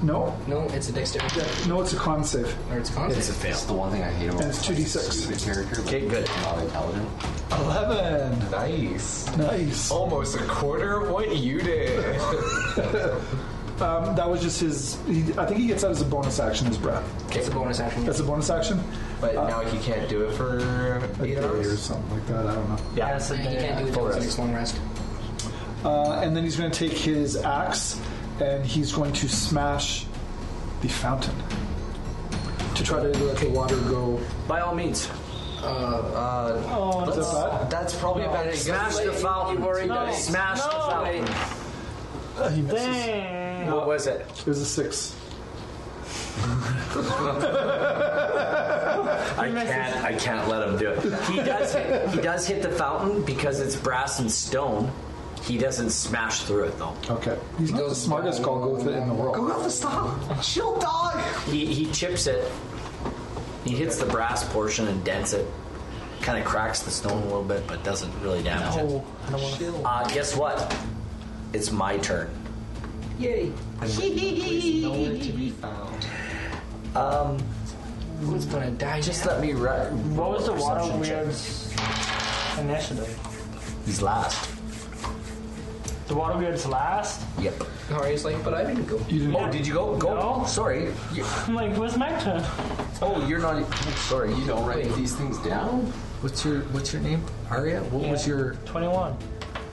S5: No,
S4: No, it's a dexterity check,
S5: no, it's a con save.
S4: or it's constant.
S1: It's a fail.
S6: That's the one thing I hate about
S5: And it's 2d6.
S6: stupid character. but
S1: Okay, good.
S6: Not intelligent.
S5: Eleven.
S3: Nice.
S5: Nice.
S1: Oh.
S3: Almost a quarter of what you did.
S5: Um, that was just his. He, I think he gets that as a bonus action. His breath.
S4: It's a bonus action.
S5: That's a bonus action. Uh,
S3: but now he can't do it for
S5: A
S3: eight
S5: day or
S3: hours.
S5: something like that. I don't know.
S1: Yeah.
S2: That's a
S4: You can't do it
S1: Full rest.
S4: until the next long rest.
S5: Uh, and then he's going to take his axe and he's going to smash the fountain to try to let the water go.
S1: By all means,
S3: Uh,
S5: Oh, Is that
S3: that's probably a bad idea.
S1: smash the fountain. Smash the fountain.
S5: bad? He misses.
S2: Dang.
S16: What was it?
S5: It was a six.
S16: I can't. I can't let him do it.
S1: He does hit, he does hit the fountain because it's brass and stone. He doesn't smash through it though.
S5: Okay. He's not the smartest Golgotha in the world.
S3: Golgotha, stop! Chill, dog!
S1: He he chips it. He hits the brass portion and dents it. Kind of cracks the stone a little bit, but doesn't really damage
S2: Oh, I don't want
S1: it. Uh, guess what? It's my turn.
S3: Nowhere to be found.
S7: Who's gonna die?
S1: Um, Just let me. Re-
S2: What was the water
S1: perception check.
S2: weird's initiative?
S1: He's last.
S2: The water weird's last?
S1: Yep.
S4: Nari's like, but I didn't go.
S5: You didn't.
S1: Oh, did you go? Go.
S2: No.
S1: Sorry. You-
S2: [LAUGHS] I'm like, where's my turn?
S1: oh, you're not. I'm sorry.
S6: You don't write these things down?
S1: What's your What's your name? Aria. What was
S2: Yeah.
S1: your?
S2: 21.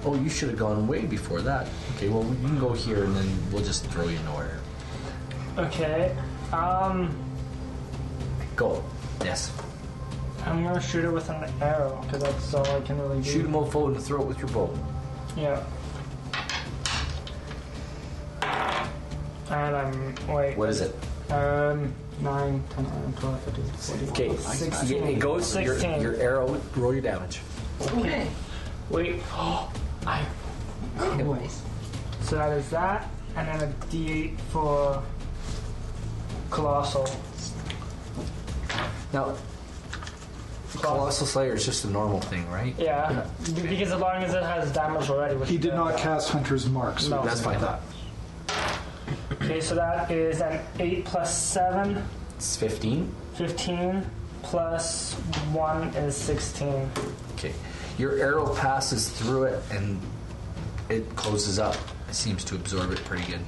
S1: Oh, you should have gone way before that. Okay. Well, you can go here, and then we'll just throw you in order.
S2: Okay. Um,
S1: Go. Yes.
S2: I'm gonna shoot it with an arrow, because that's all I can really do.
S1: Shoot him all forward and throw it with your bow.
S2: Yeah. And I'm, wait.
S1: What is it?
S2: Um, 9, 10, 11, 12, 13, 14.
S1: Okay. Yeah, it goes. Your,
S2: Sixteen.
S1: your arrow. Roll your damage.
S2: Okay. Wait. oh,
S7: Anyways.
S2: So that is that, and then a d8 for Colossal.
S1: Now, colossal slayer is just a normal thing, right?
S2: Yeah, be- because as long as it has damage already. Which
S5: He
S2: it
S5: did
S2: does.
S5: not cast Hunter's Mark, so
S2: No.
S1: That's fine.
S2: Okay, so that is an 8 plus 7,
S1: It's fifteen.
S2: 15, plus 1 is 16.
S1: Okay. Your arrow passes through it and it closes up. It seems to absorb it pretty good.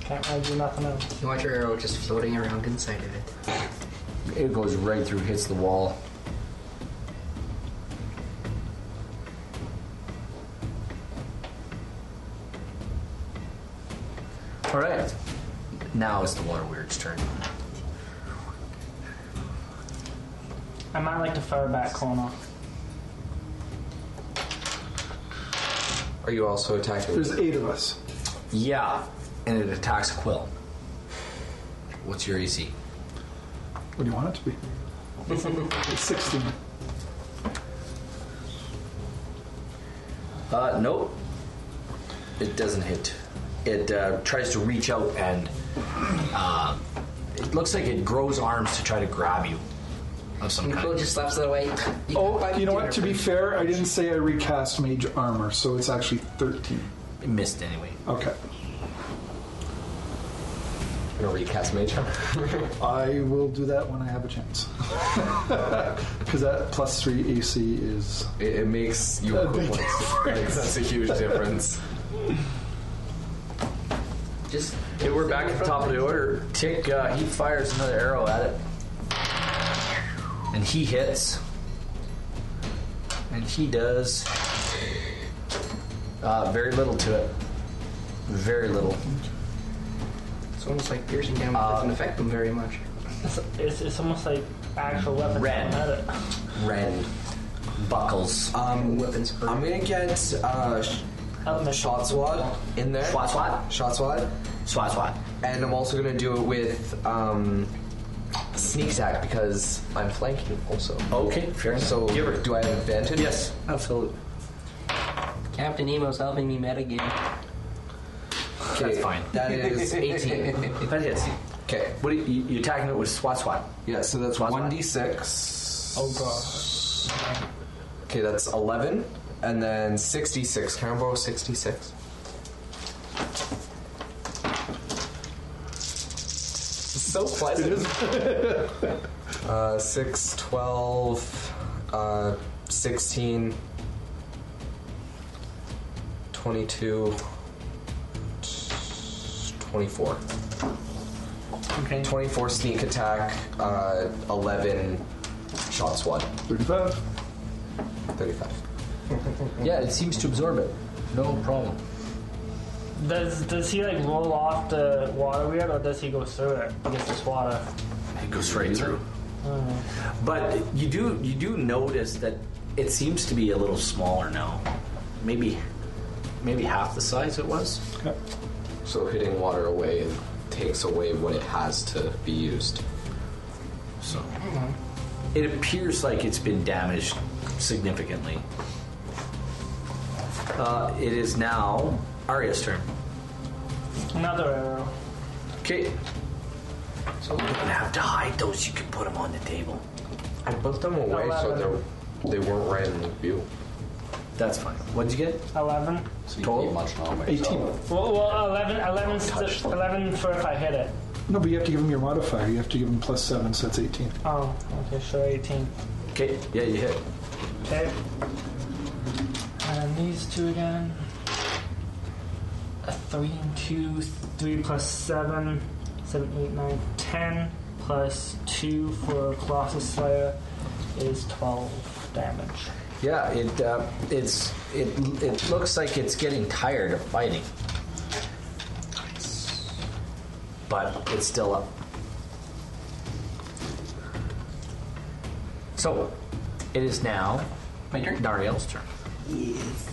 S2: Can't really do nothing else.
S4: You want your arrow just floating around inside of it.
S1: It goes right through, hits the wall. All right. Now it's the water weird's turn.
S2: I might like to fire back corner.
S3: Are you also attacking?
S5: there's eight of us.
S1: Yeah, and it attacks Quill. What's your AC?
S5: What do you want it [LAUGHS] to be? It's 16.
S1: Uh, nope. It doesn't hit. It uh, tries to reach out and uh, it looks like it grows arms to try to grab you of some
S4: Nicole
S1: kind.
S4: just slaps it away.
S5: Oh, you know what? To be fair, I didn't say I recast Mage Armor, so it's actually 13.
S1: It missed anyway.
S5: Okay.
S3: I'm gonna recast Mage Armor.
S5: I will do that when I have a chance. [LAUGHS] Because that plus three AC is.
S3: It, it makes you
S5: A big
S3: equivalent. Like, that's a huge difference.
S4: Just
S1: Okay, we're back at the top of the order. Tick, uh, he fires another arrow at it. And he hits. And he does uh, very little to it. Very little.
S4: it's almost like piercing damage doesn't affect them very much.
S2: It's, it's, it's almost like actual weapons.
S1: Red.
S2: don't hit it.
S3: Ren.
S1: Buckles.
S3: Um,
S4: Weapons hurt.
S3: I'm gonna get uh, sh-
S2: Element.
S3: Shot Swad in there.
S1: Swat, swat.
S3: Shot Swad.
S1: Swat, swat.
S3: And I'm also gonna do it with um, Sneak Attack because I'm flanking also.
S1: Okay, fair enough.
S3: So
S1: Give her.
S3: do I have advantage?
S1: Yes, absolutely.
S4: Captain Nemo's helping me metagame.
S3: Okay,
S1: That's fine.
S3: That is 18.
S1: That hits.
S3: okay.
S1: What are you, you, you're attacking it with swat swat?
S3: Yeah, so that's
S1: Plus
S3: 1d6.
S2: Oh god.
S3: Okay, that's 11. And then 66. Can I borrow 66? So pleasant. [LAUGHS] uh, 6, 12, uh, 16, 22, 24.
S2: Okay.
S3: 24 sneak attack, uh, 11 shot swat,
S5: 35.
S3: 35.
S1: Yeah, it seems to absorb it. No problem.
S2: Does does he like roll off the water weird, or does he go through it? Because this water.
S8: It goes right through.
S1: But you do you do notice that it seems to be a little smaller now. Maybe maybe half the size it was.
S3: So hitting water away takes away what it has to be used.
S8: So it appears like it's been damaged significantly. Uh, it is now Arya's turn.
S2: Another arrow.
S8: Okay. So you don't have to hide those. You can put them on the table.
S3: I put them away so they they weren't right in view.
S8: That's fine. What'd you get?
S2: 11.
S6: So you keep munching on it.
S5: 18.
S2: Well, well 11, 11, st- 11 for if I hit it.
S5: No, but you have to give him your modifier. You have to give him plus 7, so that's 18.
S2: Oh, okay, sure, 18.
S8: Okay. Yeah, you hit.
S2: Okay. And then these two again. A three and two, three plus seven, seven, eight, nine, ten, plus two for Colossus Slayer is twelve damage.
S1: Yeah, it uh, it's it it looks like it's getting tired of fighting, but it's still up. So, it is now
S4: My turn?
S1: Dariel's turn.
S4: Yes.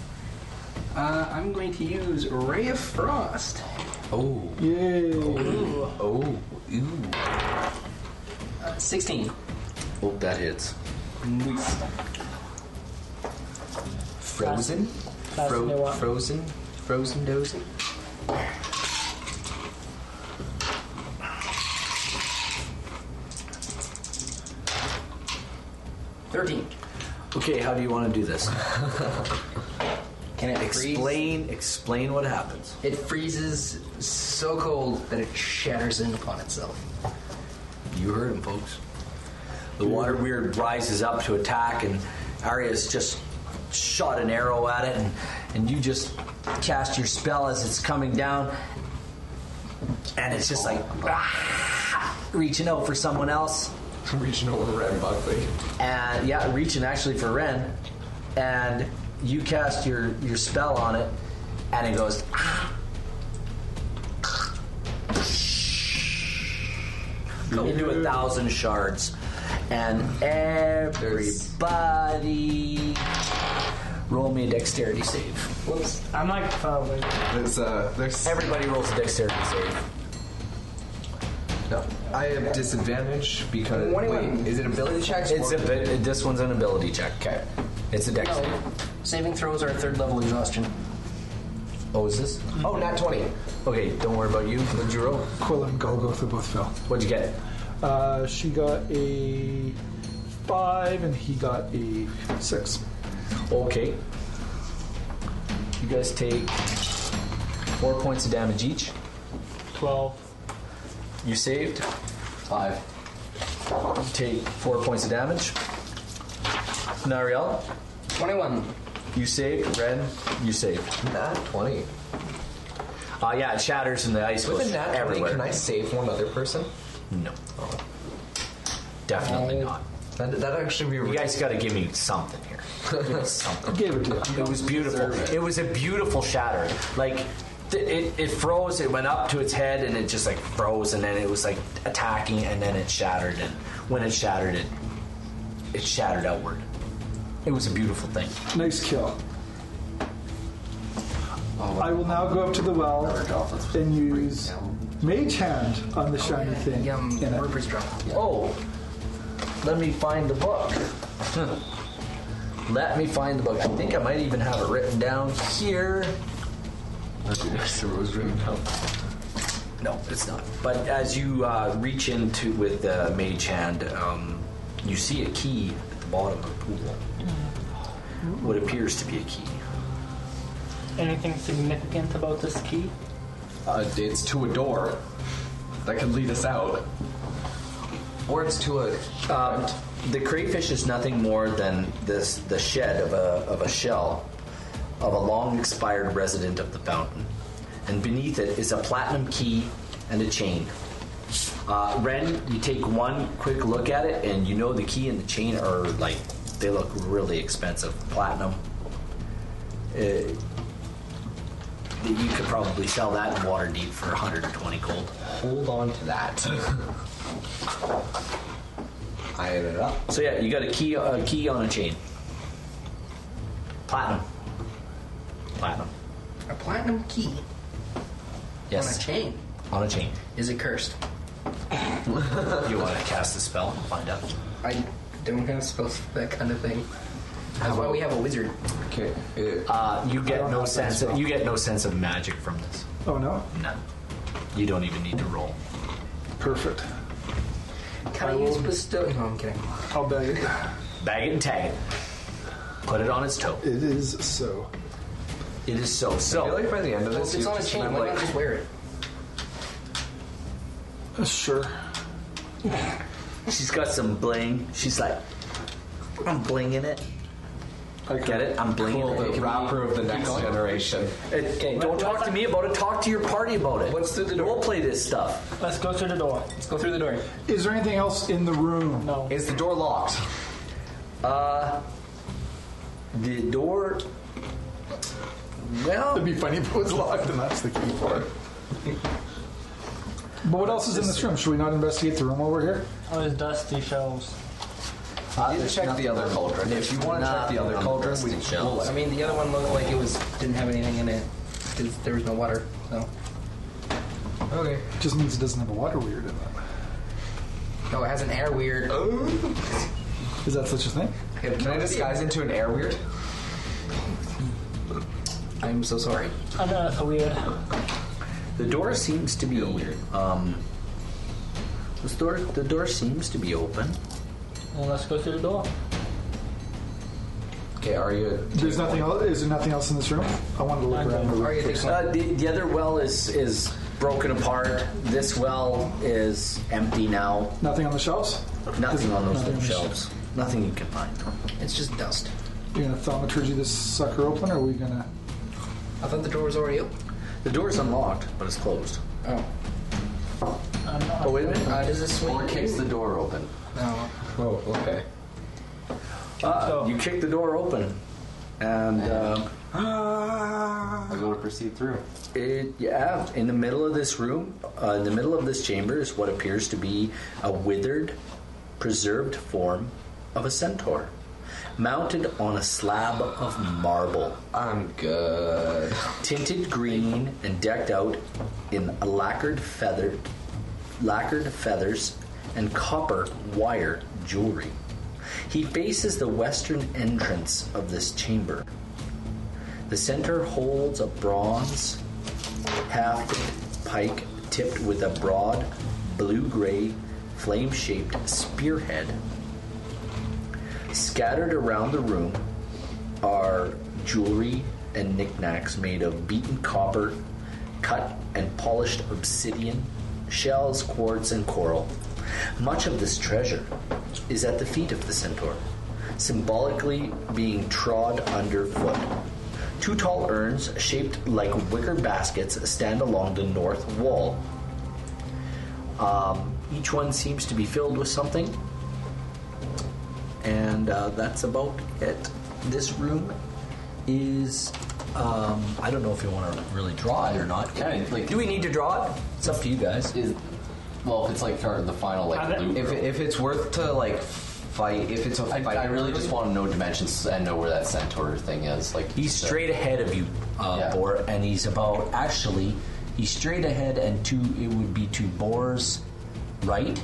S4: Uh, I'm going to use Ray of Frost.
S6: Oh,
S5: Yay.
S6: oh, ooh.
S4: Uh, 16.
S8: Hope that hits.
S4: Nice.
S6: Frozen?
S2: That's the new
S6: Fro-
S2: one.
S6: frozen? Frozen dozing?
S4: Thirteen.
S8: Okay, how do you want to
S1: [LAUGHS]
S8: do this?
S4: Can it freeze?
S8: Explain. Explain what happens.
S4: It freezes so cold that it shatters in upon itself.
S8: You heard him, folks. The water weird rises up to attack, and Arya's just shot an arrow at it, and, and you just cast your spell as it's coming down, and it's just like ah, reaching out for someone else,
S3: Regional Ren Buckley.
S1: And yeah, reaching actually for Ren, and you cast your your spell on it, and it goes. Into a thousand shards, and everybody roll me a dexterity save.
S3: Whoops.
S2: I'm like probably.
S3: There's uh there's
S1: Everybody rolls a dexterity save.
S3: no. I have disadvantage because wait, is it ability checks?
S1: It's
S3: or-
S1: a bit, this one's an ability check. Okay, it's a dex. save.
S4: Saving throws are third level exhaustion.
S1: Oh, is this?
S3: oh not twenty.
S1: Okay, don't worry about you. What'd you roll?
S5: Quilla and Golgotha both fell.
S1: What'd you get?
S5: Uh, she got a 5 and he got a 6.
S1: Okay. You guys take four points of damage each.
S2: Twelve.
S1: You saved.
S6: Five.
S1: You take four points of damage. Nariel,
S4: Twenty-one.
S1: you saved. Ren, you saved.
S3: Nat twenty.
S1: Uh, yeah, it shatters and the ice
S3: With
S1: goes
S3: a nat twenty,
S1: everywhere.
S3: can I save one other person?
S1: No. Definitely not.
S3: That that actually be
S1: You guys got to give me something here. Give me something.
S5: Gave it to you.
S1: It was beautiful. It was a beautiful shatter. Like th- it, it froze. It went up to its head, and it just like froze, and then it was like attacking, and then it shattered. And when it shattered, it it shattered outward. It was a beautiful thing.
S5: Nice kill. I will now Oh, go up to the well and use Mage Hand on the shiny thing.
S4: Yum.
S5: in it.
S4: Rupert's drop.
S1: Oh, let me find the book. Let me find the book. I think I might even have it written down here. No, it's not. But as you uh, reach into with the mage hand, um, you see a key at the bottom of the pool. What appears to be a key.
S2: Anything significant about this key?
S3: Uh, it's to a door that could lead us out. Or it's to a
S8: Um, the crayfish is nothing more than this the shed of a, of a shell of a long expired resident of the fountain. And beneath it is a platinum key and a chain. Uh, Ren, you take one quick look at it, and you know the key and the chain are like, they look really expensive. Platinum. Uh, you could probably sell that in Waterdeep for 120 gold.
S3: hold on to that. I ended it up.
S8: So yeah, you got a key a key on a chain. Platinum. Platinum.
S4: A platinum key.
S17: Yes.
S18: on a chain.
S17: On a chain.
S18: Is it cursed?
S1: You want to cast a spell? Find out.
S4: I don't have spells for that kind of thing. That's why we have a wizard.
S3: Okay. It,
S1: Uh, you
S5: I
S1: get
S5: don't
S1: no
S5: have that
S1: sense.
S5: spell.
S1: you get no sense of magic from this.
S5: Oh no!
S1: None. You don't even need to roll.
S5: Perfect.
S4: Can I, use bestow? No, I'm kidding.
S5: I'll bag it.
S1: Bag it and tag it. Put it on its toe.
S5: It is so.
S1: It is so.
S3: I feel
S1: So
S3: like by the end of
S4: Well,
S3: this, you've
S4: if it's on a
S3: just
S4: chain,
S3: been
S4: why
S3: like,
S4: not just wear it?
S5: Uh, Sure.
S1: she's got some bling. She's like, I'm blinging it.
S5: I
S1: Get it? I'm blinging
S3: cool,
S1: it.
S3: the rapper of the next generation.
S1: It- Don't talk to me about it. Talk to your party about it.
S3: What's through the door?
S1: We'll play this stuff.
S2: Let's go through the door.
S4: Let's go through the door.
S5: Is there anything else in the room?
S2: No.
S3: Is the door locked?
S1: Uh, The door.
S4: Well,
S5: It'd be funny if it was locked, and that's the key for it. But what else is in this room? Should we not investigate the room while we're here?
S2: Oh, there's dusty shelves.
S17: Uh,
S3: You
S17: there's
S3: check
S17: nothing
S3: the other
S17: on
S3: cauldron. If you want to check
S17: Nothing
S3: the other
S17: on the
S3: cauldron, we
S17: rusty shelf.
S3: will
S4: I mean, the other one looked like it was didn't have anything in it because there was no water. So,
S5: Okay. Just means it doesn't have a water weird in it. Oh.
S4: no, it has an air weird.
S5: Is that such a thing?
S3: Can I disguise into an air weird?
S4: I'm so sorry.
S2: I know that's weird.
S1: The door seems to be weird. Um. This door. The door seems to be open.
S2: Well, let's go through the door.
S3: Okay, are you?
S5: There's nothing else. Is there nothing else in this room? I wanted to look around the
S4: Are
S5: room.
S4: you thinking?
S1: Uh, the, the other well is is broken apart. This well is empty now.
S5: Nothing on the shelves.
S1: Nothing on those
S5: Nothing
S1: little
S5: on the
S1: shelves. Nothing you can find.
S4: It's just dust.
S5: You're gonna thaumaturgy this sucker open, or are we gonna?
S4: I thought the door was already open.
S1: The door is unlocked, but it's closed.
S4: Oh,
S1: Oh wait a minute.
S4: uh, does this swing?
S6: Or kicks the door open.
S4: No.
S3: Oh, okay.
S1: Uh, you kick the door open, and [GASPS] uh,
S6: I go to proceed through.
S1: it yeah. In the middle of this room, uh, in the middle of this chamber, is what appears to be a withered, preserved form of a centaur, mounted on a slab of marble.
S3: I'm good.
S1: tinted green and decked out in lacquered feather, lacquered feathers and copper wire jewelry. He faces the western entrance of this chamber. The center holds a bronze hafted pike tipped with a broad blue-gray flame-shaped spearhead. Scattered around the room are jewelry and knickknacks made of beaten copper, cut and polished obsidian, shells, quartz, and coral. Much of this treasure is at the feet of the centaur, symbolically being trod underfoot. Two tall urns shaped like wicker baskets stand along the north wall. Um, each one seems to be filled with something, and uh, that's about it. This room is. Um, I don't know if you want to really draw it or not.
S6: Yeah, like-
S1: Do we need to draw it? It's up to you guys.
S6: Is well, if it's like our, the final
S2: Have
S6: like
S2: it-
S6: loop.
S3: If, if it's worth to like fight, if it's a
S6: I,
S3: fight,
S6: I really just want to know dimensions and know where that centaur thing is. Like
S1: He's
S6: so-
S1: straight ahead of you, uh,
S6: Yeah.
S1: Bor, and he's about actually he's straight ahead and two. It would be to Bor's right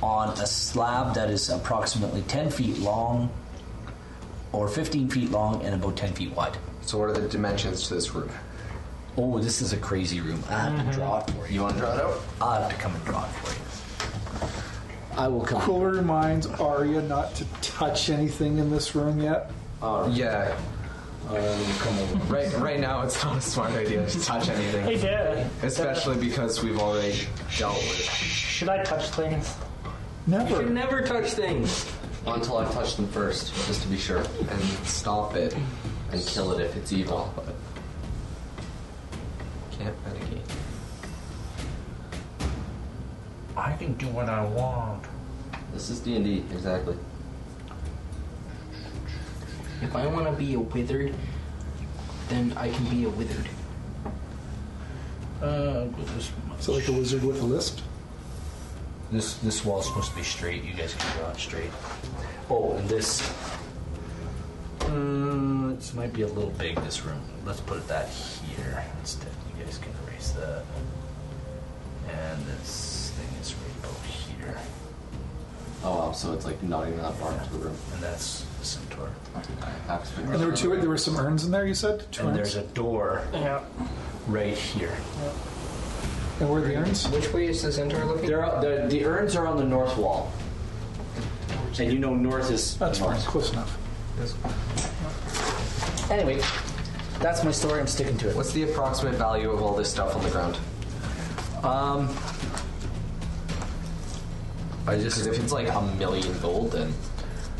S1: on a slab that is approximately ten feet long, or fifteen feet long and about ten feet wide.
S3: So what are the dimensions to this room?
S1: Oh, this is a crazy room. I have to draw it for Mm-hmm. you.
S6: You want to draw it out?
S1: I have to come and draw it for you. I will come.
S5: Quiller reminds Arya not to touch anything in this room yet.
S3: yeah. Right, right now it's not a smart idea to touch
S2: Hey,
S3: anything,
S2: Dad.
S3: especially because we've already dealt with.
S2: Should I touch things?
S5: Never.
S4: never touch things.
S6: Until I touch them first, just to be sure,
S3: it. And stop it.
S6: and kill it if it's evil.
S3: Can't medicate.
S8: I can do what I want.
S6: This is D and D exactly.
S4: If I want to be a withered, then I can be a withered.
S1: Uh, this,
S5: So like a wizard with a lisp.
S1: this this wall's supposed to be straight. You guys can draw it straight. Oh, and this. Mm, this might be a little big, this room. Let's put that here instead. You guys can erase that. And this thing is right about here.
S6: Oh, wow, so it's like not even that far into the room.
S1: And that's the centaur.
S5: And there were two. There were some urns in there. You said two
S1: And
S5: urns.
S1: there's a door
S2: Yeah.
S1: right here.
S5: And where are the urns?
S4: Which way is the centaur looking?
S6: They're, out- the, the urns are on the north wall. And you know north is
S5: That's fine.
S6: north.
S5: Close enough.
S19: Anyway, that's my story. I'm sticking to it.
S3: What's the approximate value of all this stuff on the ground?
S19: Um,
S3: I just if it's like a million gold, then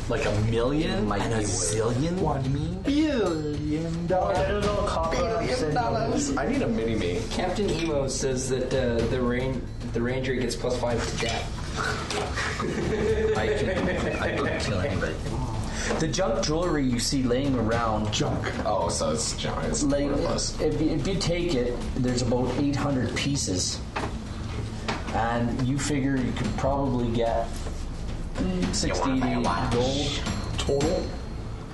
S19: like a million
S3: might
S19: and a
S3: be worth-
S19: zillion. What do you mean?
S5: Billion
S2: Get
S5: dollars.
S2: it all copper. obsidian.
S3: I need a mini me.
S4: Captain Emo says that uh, the rain, the ranger gets plus five to death.
S8: I can, I can kill anybody. The junk jewelry you see laying around,
S5: Junk.
S3: Oh, so it's giant. It's
S8: like
S3: worthless.
S8: if you, if you take it, there's about 800 pieces, and you figure you could probably get mm, 60 gold.
S5: Total.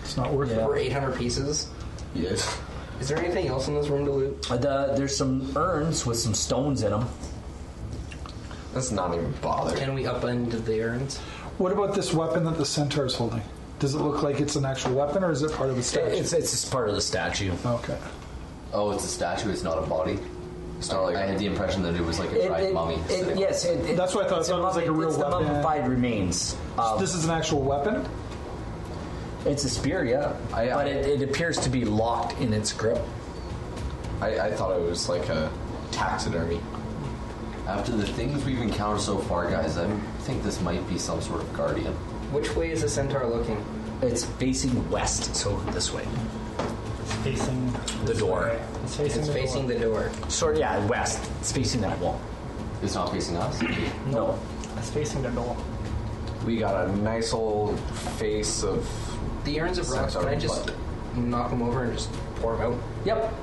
S5: It's not worth
S8: Yeah.
S5: it.
S4: Over 800 pieces.
S6: Yes.
S4: Is there anything else in this room to loot?
S8: Uh, The, there's some urns with some stones in them.
S3: Let's not even bother.
S4: Can we upend the urns?
S5: What about this weapon that the centaur is holding? Does it look like it's an actual weapon, or is it part of the statue?
S8: It's it's just part of the statue.
S5: okay.
S6: Oh, it's a statue, it's not a body.
S3: It's not like
S6: I had the impression that it was like a dried mummy.
S8: it-
S6: sitting on-
S8: yes, it, it-
S5: That's what I thought. I
S8: It's,
S5: thought it was like a real
S8: it's
S5: weapon.
S8: the mummified remains. Um,
S5: this is an actual weapon.
S8: it's a spear, yeah,
S3: I- I-
S8: but it, it appears to be locked in its grip.
S3: I, I thought it was like a taxidermy.
S6: After the things we've encountered so far, guys, I think this might be some sort of guardian.
S4: Which way is the centaur looking?
S8: It's facing west, so this way.
S2: It's facing
S8: The door.
S2: It's facing
S4: It's
S2: the
S4: facing the door.
S8: Sort of, yeah, west. It's facing that wall.
S6: It's not facing us.
S8: No,
S2: door. It's facing the door.
S3: We got a nice old face of.
S4: The urns of rocks. Can I just knock them over and just pour them out?
S8: Yep.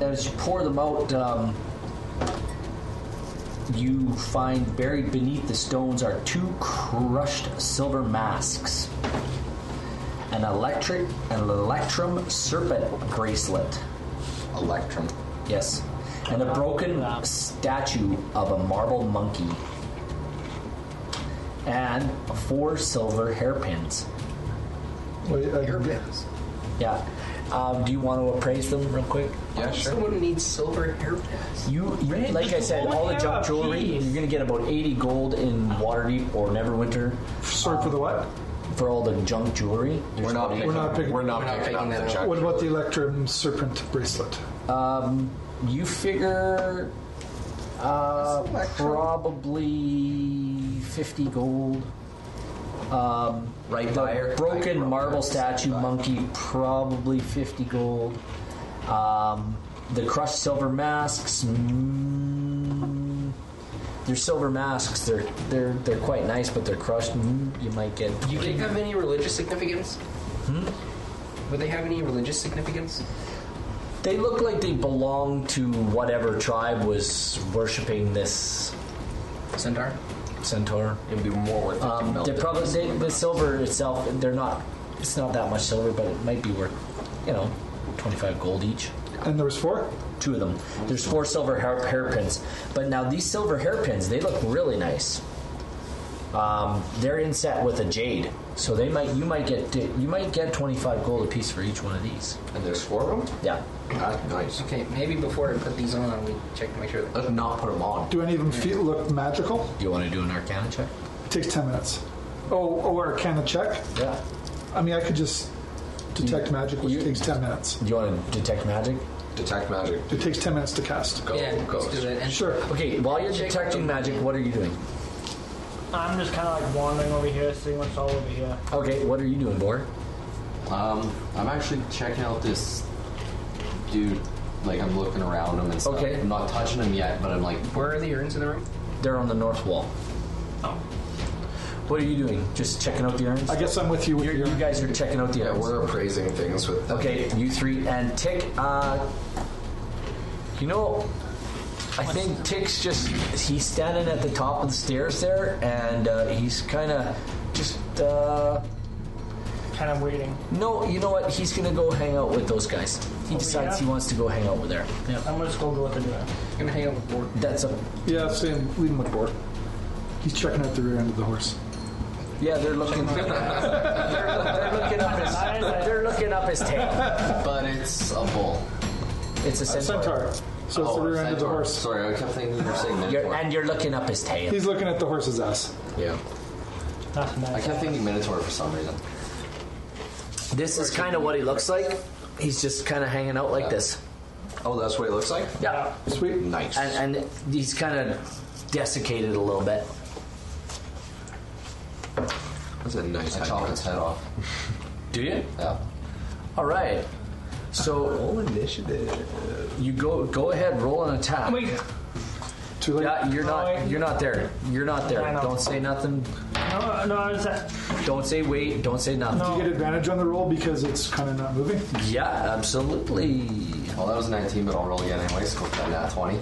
S8: As you pour them out, um, you find buried beneath the stones are two crushed silver masks, an electric, an electrum serpent bracelet.
S3: Electrum.
S8: Yes, and a broken statue of a marble monkey, and four silver hairpins.
S5: Wait, uh, I didn't get-
S4: Hairpins.
S8: Yeah. Um, do you want to appraise them real quick?
S3: Yeah, sure.
S4: Someone needs silver hairpins.
S8: You, you like I said, all the
S2: have
S8: junk
S2: a
S8: jewelry.
S2: piece.
S8: You're gonna get about 80 gold in Waterdeep or Neverwinter
S5: Sorry for the what?
S8: for all the junk jewelry.
S3: We're not, picking, we're
S5: not
S3: not
S5: picking-
S3: picking. We're not
S4: We're not
S3: picking
S4: picking
S3: up
S4: that
S3: the
S4: up.
S3: junk.
S5: What about the Electrum Serpent Bracelet?
S8: Um, you figure uh, probably 50 gold. Um,
S3: Right
S8: the
S3: buyer?
S8: broken
S3: Right
S8: marble
S3: buyer.
S8: statue monkey, probably 50 gold. Um, the crushed silver masks. Mm, they're silver masks. They're they're they're quite nice, but they're crushed. Mm, you might get.
S4: Do they have any religious significance? Hmm?
S3: Hmm?
S4: Would they have any religious significance?
S8: They look like they belong to whatever tribe was worshiping this
S4: Centaur?
S8: centaur.
S3: It'd be more worth it to
S8: Um,
S3: melt
S8: they're
S3: it.
S8: probably they, the silver itself. They're not. It's not that much silver, but it might be worth, you know, twenty-five gold each.
S5: And there was four.
S8: Two of them. There's four silver hair, hairpins, but now these silver hairpins they look really nice. Um, they're inset with a jade, so they might you might get you might get twenty-five gold apiece for each one of these.
S3: And there's four of them.
S8: Yeah.
S3: That's nice.
S4: Okay, maybe before I put these on, we check to make sure. That
S3: Let's not put them on.
S5: Do any of them feel, look magical?
S8: Do you want to do an Arcana check?
S5: It takes ten minutes. Oh, oh, Arcana check.
S8: Yeah.
S5: I mean, I could just detect magic, which
S8: you-
S5: takes ten minutes.
S8: Do you want to detect magic?
S3: Detect magic.
S5: It takes ten minutes to cast.
S3: Go,
S4: yeah,
S3: go.
S4: let's do that. And
S5: Sure.
S8: Okay. While you're
S4: Check
S8: detecting
S4: them.
S8: magic, what are you doing?
S2: I'm just kind of like wandering over here, seeing what's all over here.
S8: Okay. What are you doing, Bor?
S6: Um, I'm actually checking out this dude. Like I'm looking around him and stuff.
S8: Okay.
S6: I'm not touching him yet, but I'm like,
S4: Where are the urns in the room?
S8: They're on the north wall.
S2: Oh.
S8: What are you doing? Just checking out the urns?
S5: I guess I'm with you. With
S8: You're,
S5: your,
S8: you guys are checking out the
S3: Yeah,
S8: urns.
S3: we're appraising things with them.
S8: okay, you three and Tick. Uh, you know, I think Tick's just he's standing at the top of the stairs there, and uh, he's kind of just uh,
S2: kind of waiting.
S1: No, you know what? He's gonna go hang out with those guys. He decides
S2: yeah?
S1: he wants to go hang out with there. Yeah,
S2: I'm gonna just go go with the doing.
S4: gonna hang out with Bork.
S1: that's a.
S5: Yeah, same. Leave him with Bort. He's checking out the rear end of the horse.
S1: Yeah, they're looking. they're, they're looking up his. They're looking up his tail.
S6: But it's a bull.
S1: It's a centaur.
S5: Centaur. So it's the rear end of the
S6: Oh, centaur.
S5: horse.
S6: Sorry, I kept thinking you were saying
S1: You're,
S6: minotaur.
S1: and you're looking up his tail.
S5: He's looking at the horse's ass.
S6: Yeah.
S2: Not
S6: I kept thinking minotaur for some reason.
S1: This is kind of what he looks like. He's just kind of hanging out like this.
S3: Oh, that's what it looks like?
S1: Yeah.
S5: Sweet.
S3: Nice.
S1: And, and he's kind of desiccated a little bit.
S3: That's a nice
S6: I chopped its head off.
S8: Do you?
S6: Yeah.
S1: Oh. All right. So
S3: Roll initiative.
S1: you go go ahead, roll an attack.
S5: Too late.
S1: Yeah, you're not you're not there. You're not there.
S2: I know.
S1: Don't say nothing.
S2: No, no, I was at,
S1: Don't say wait. Don't say nothing.
S5: You get advantage on the roll because it's kind of not moving.
S1: Yeah, absolutely.
S6: Well, that was 19, but I'll roll again anyway. So that nat 20.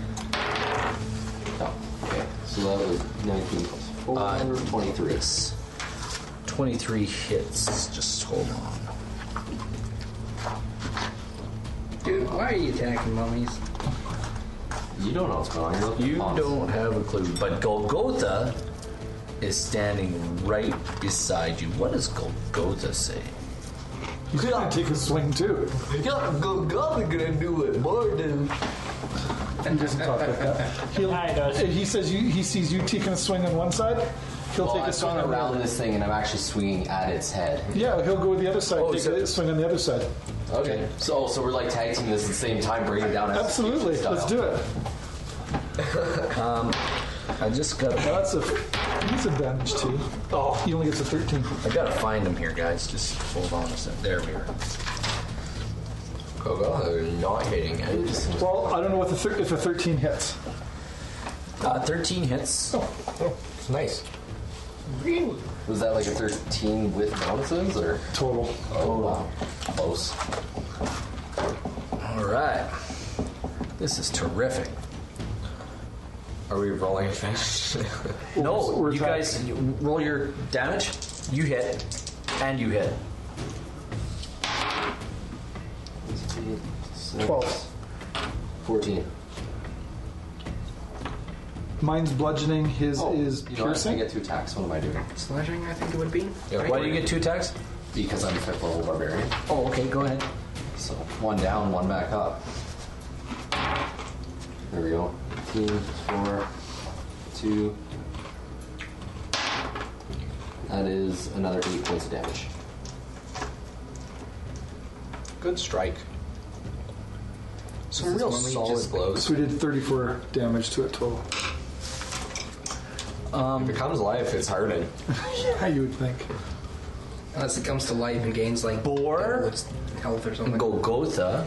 S6: Oh, okay. So that was 19 plus four, uh, 23.
S1: Twenty three hits. Just hold on.
S4: Dude, why are you attacking mummies?
S6: You don't know what's going on. You're looking
S1: You
S6: honest.
S1: don't have a clue, but Golgotha is standing right beside you. What does Golgotha say?
S5: He's gonna take a swing too. He doesn't talk like that. He'll, eh,
S2: Yeah, he does.
S5: He says you, he sees you taking a swing on one side. He'll
S6: Well,
S5: take a
S6: I'm
S5: swing
S6: trying to
S5: on the
S6: rally
S5: other.
S6: this thing, and I'm actually swinging at its head.
S5: Yeah, he'll go with the other side.
S1: Oh,
S5: take
S1: so-
S5: a swing on the other side.
S6: Okay. So, so we're like tag teaming this at the same time, breaking down.
S5: Absolutely. Let's do it.
S1: I just got
S5: Now that's a he's advantage too. Oh, he only gets a thirteen.
S1: I gotta find him here, guys. Just hold on a sec. There we are.
S3: Gogo, not hitting it.
S5: Well, I don't know what the thir- if a thirteen hits.
S1: Uh, Thirteen hits.
S3: It's nice.
S6: Was that like a 13 with bonuses, or?
S5: Total.
S6: Oh, wow. Close.
S1: All right. This is terrific.
S3: Are we rolling advantage?
S1: No,
S5: we're
S1: you
S5: tied.
S1: guys you- roll your damage. You hit, and you hit.
S5: Twelve.
S6: 14.
S5: Mine's bludgeoning. His
S6: Oh,
S5: is
S6: you know what? I
S5: piercing.
S6: get two attacks. What am I doing?
S4: Slashing, I think it would be.
S1: Why do you get two attacks?
S6: Because I'm a fifth level barbarian.
S1: Oh, okay. Go ahead.
S6: So one down, one back up. There we go. 15, 4, 2. That is another 8 points of damage.
S3: Good strike. Some
S6: This is
S3: real
S6: when we
S3: solid
S6: just-
S3: blows.
S5: So we did thirty-four damage to it total.
S3: If it comes life, it's hardened.
S5: Yeah, you would think.
S4: Unless it comes to life and gains like
S1: Boar.
S4: its health or something.
S1: Golgotha.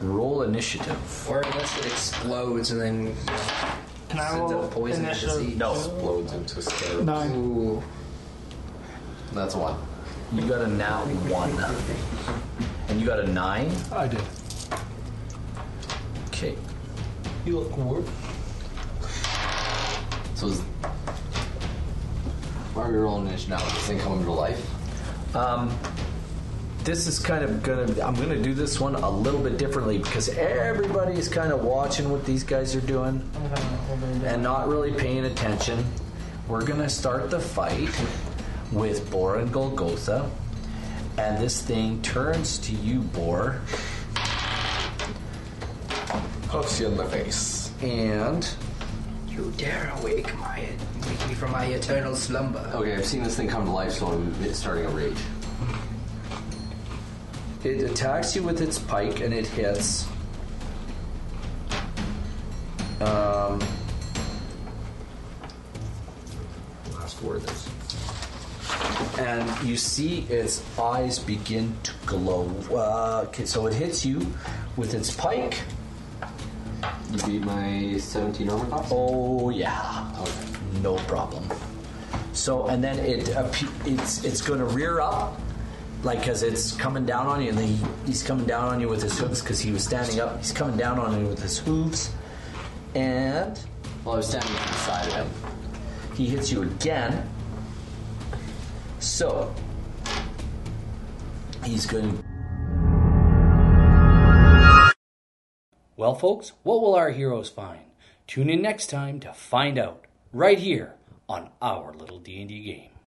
S1: Roll initiative.
S4: Or unless it explodes and then
S2: can I
S4: sends
S2: roll
S4: out poison and
S2: initiative?
S4: disease.
S3: Explodes into a scarab.
S5: Nine.
S4: Ooh.
S6: That's one.
S1: You got a nat one, and you got a nine.
S5: I did.
S1: Okay.
S5: You look warped.
S6: So is. Why are we rolling initiative now? Is this thing coming to life?
S1: Um, this is kind of gonna i'm gonna do this one a little bit differently because everybody's kind of watching what these guys are doing and not really paying attention we're gonna start the fight with Bor and golgotha and this thing turns to you Bor,
S3: Hooks you in the face.
S1: and
S4: You dare awake my wake me from my eternal slumber.
S6: Okay, I've seen this thing come to life, so I'm it's starting a rage.
S1: it attacks you with its pike and it hits um,
S3: Last word is.
S1: and you see its eyes begin to glow. Uh, okay, so it hits you with its pike.
S6: You beat my 17 armor class?
S1: Oh yeah,
S6: Okay.
S1: no problem. So and then it appe- it's it's going to rear up, like because it's coming down on you. And he, he's coming down on you with his hooves because he was standing up. He's coming down on you with his hooves, and
S6: Well, I was standing to the side of him.
S1: he hits you again. So
S20: He's going.
S8: Well, folks, what will our heroes find? Tune in next time to find out, right here on our little D&D game.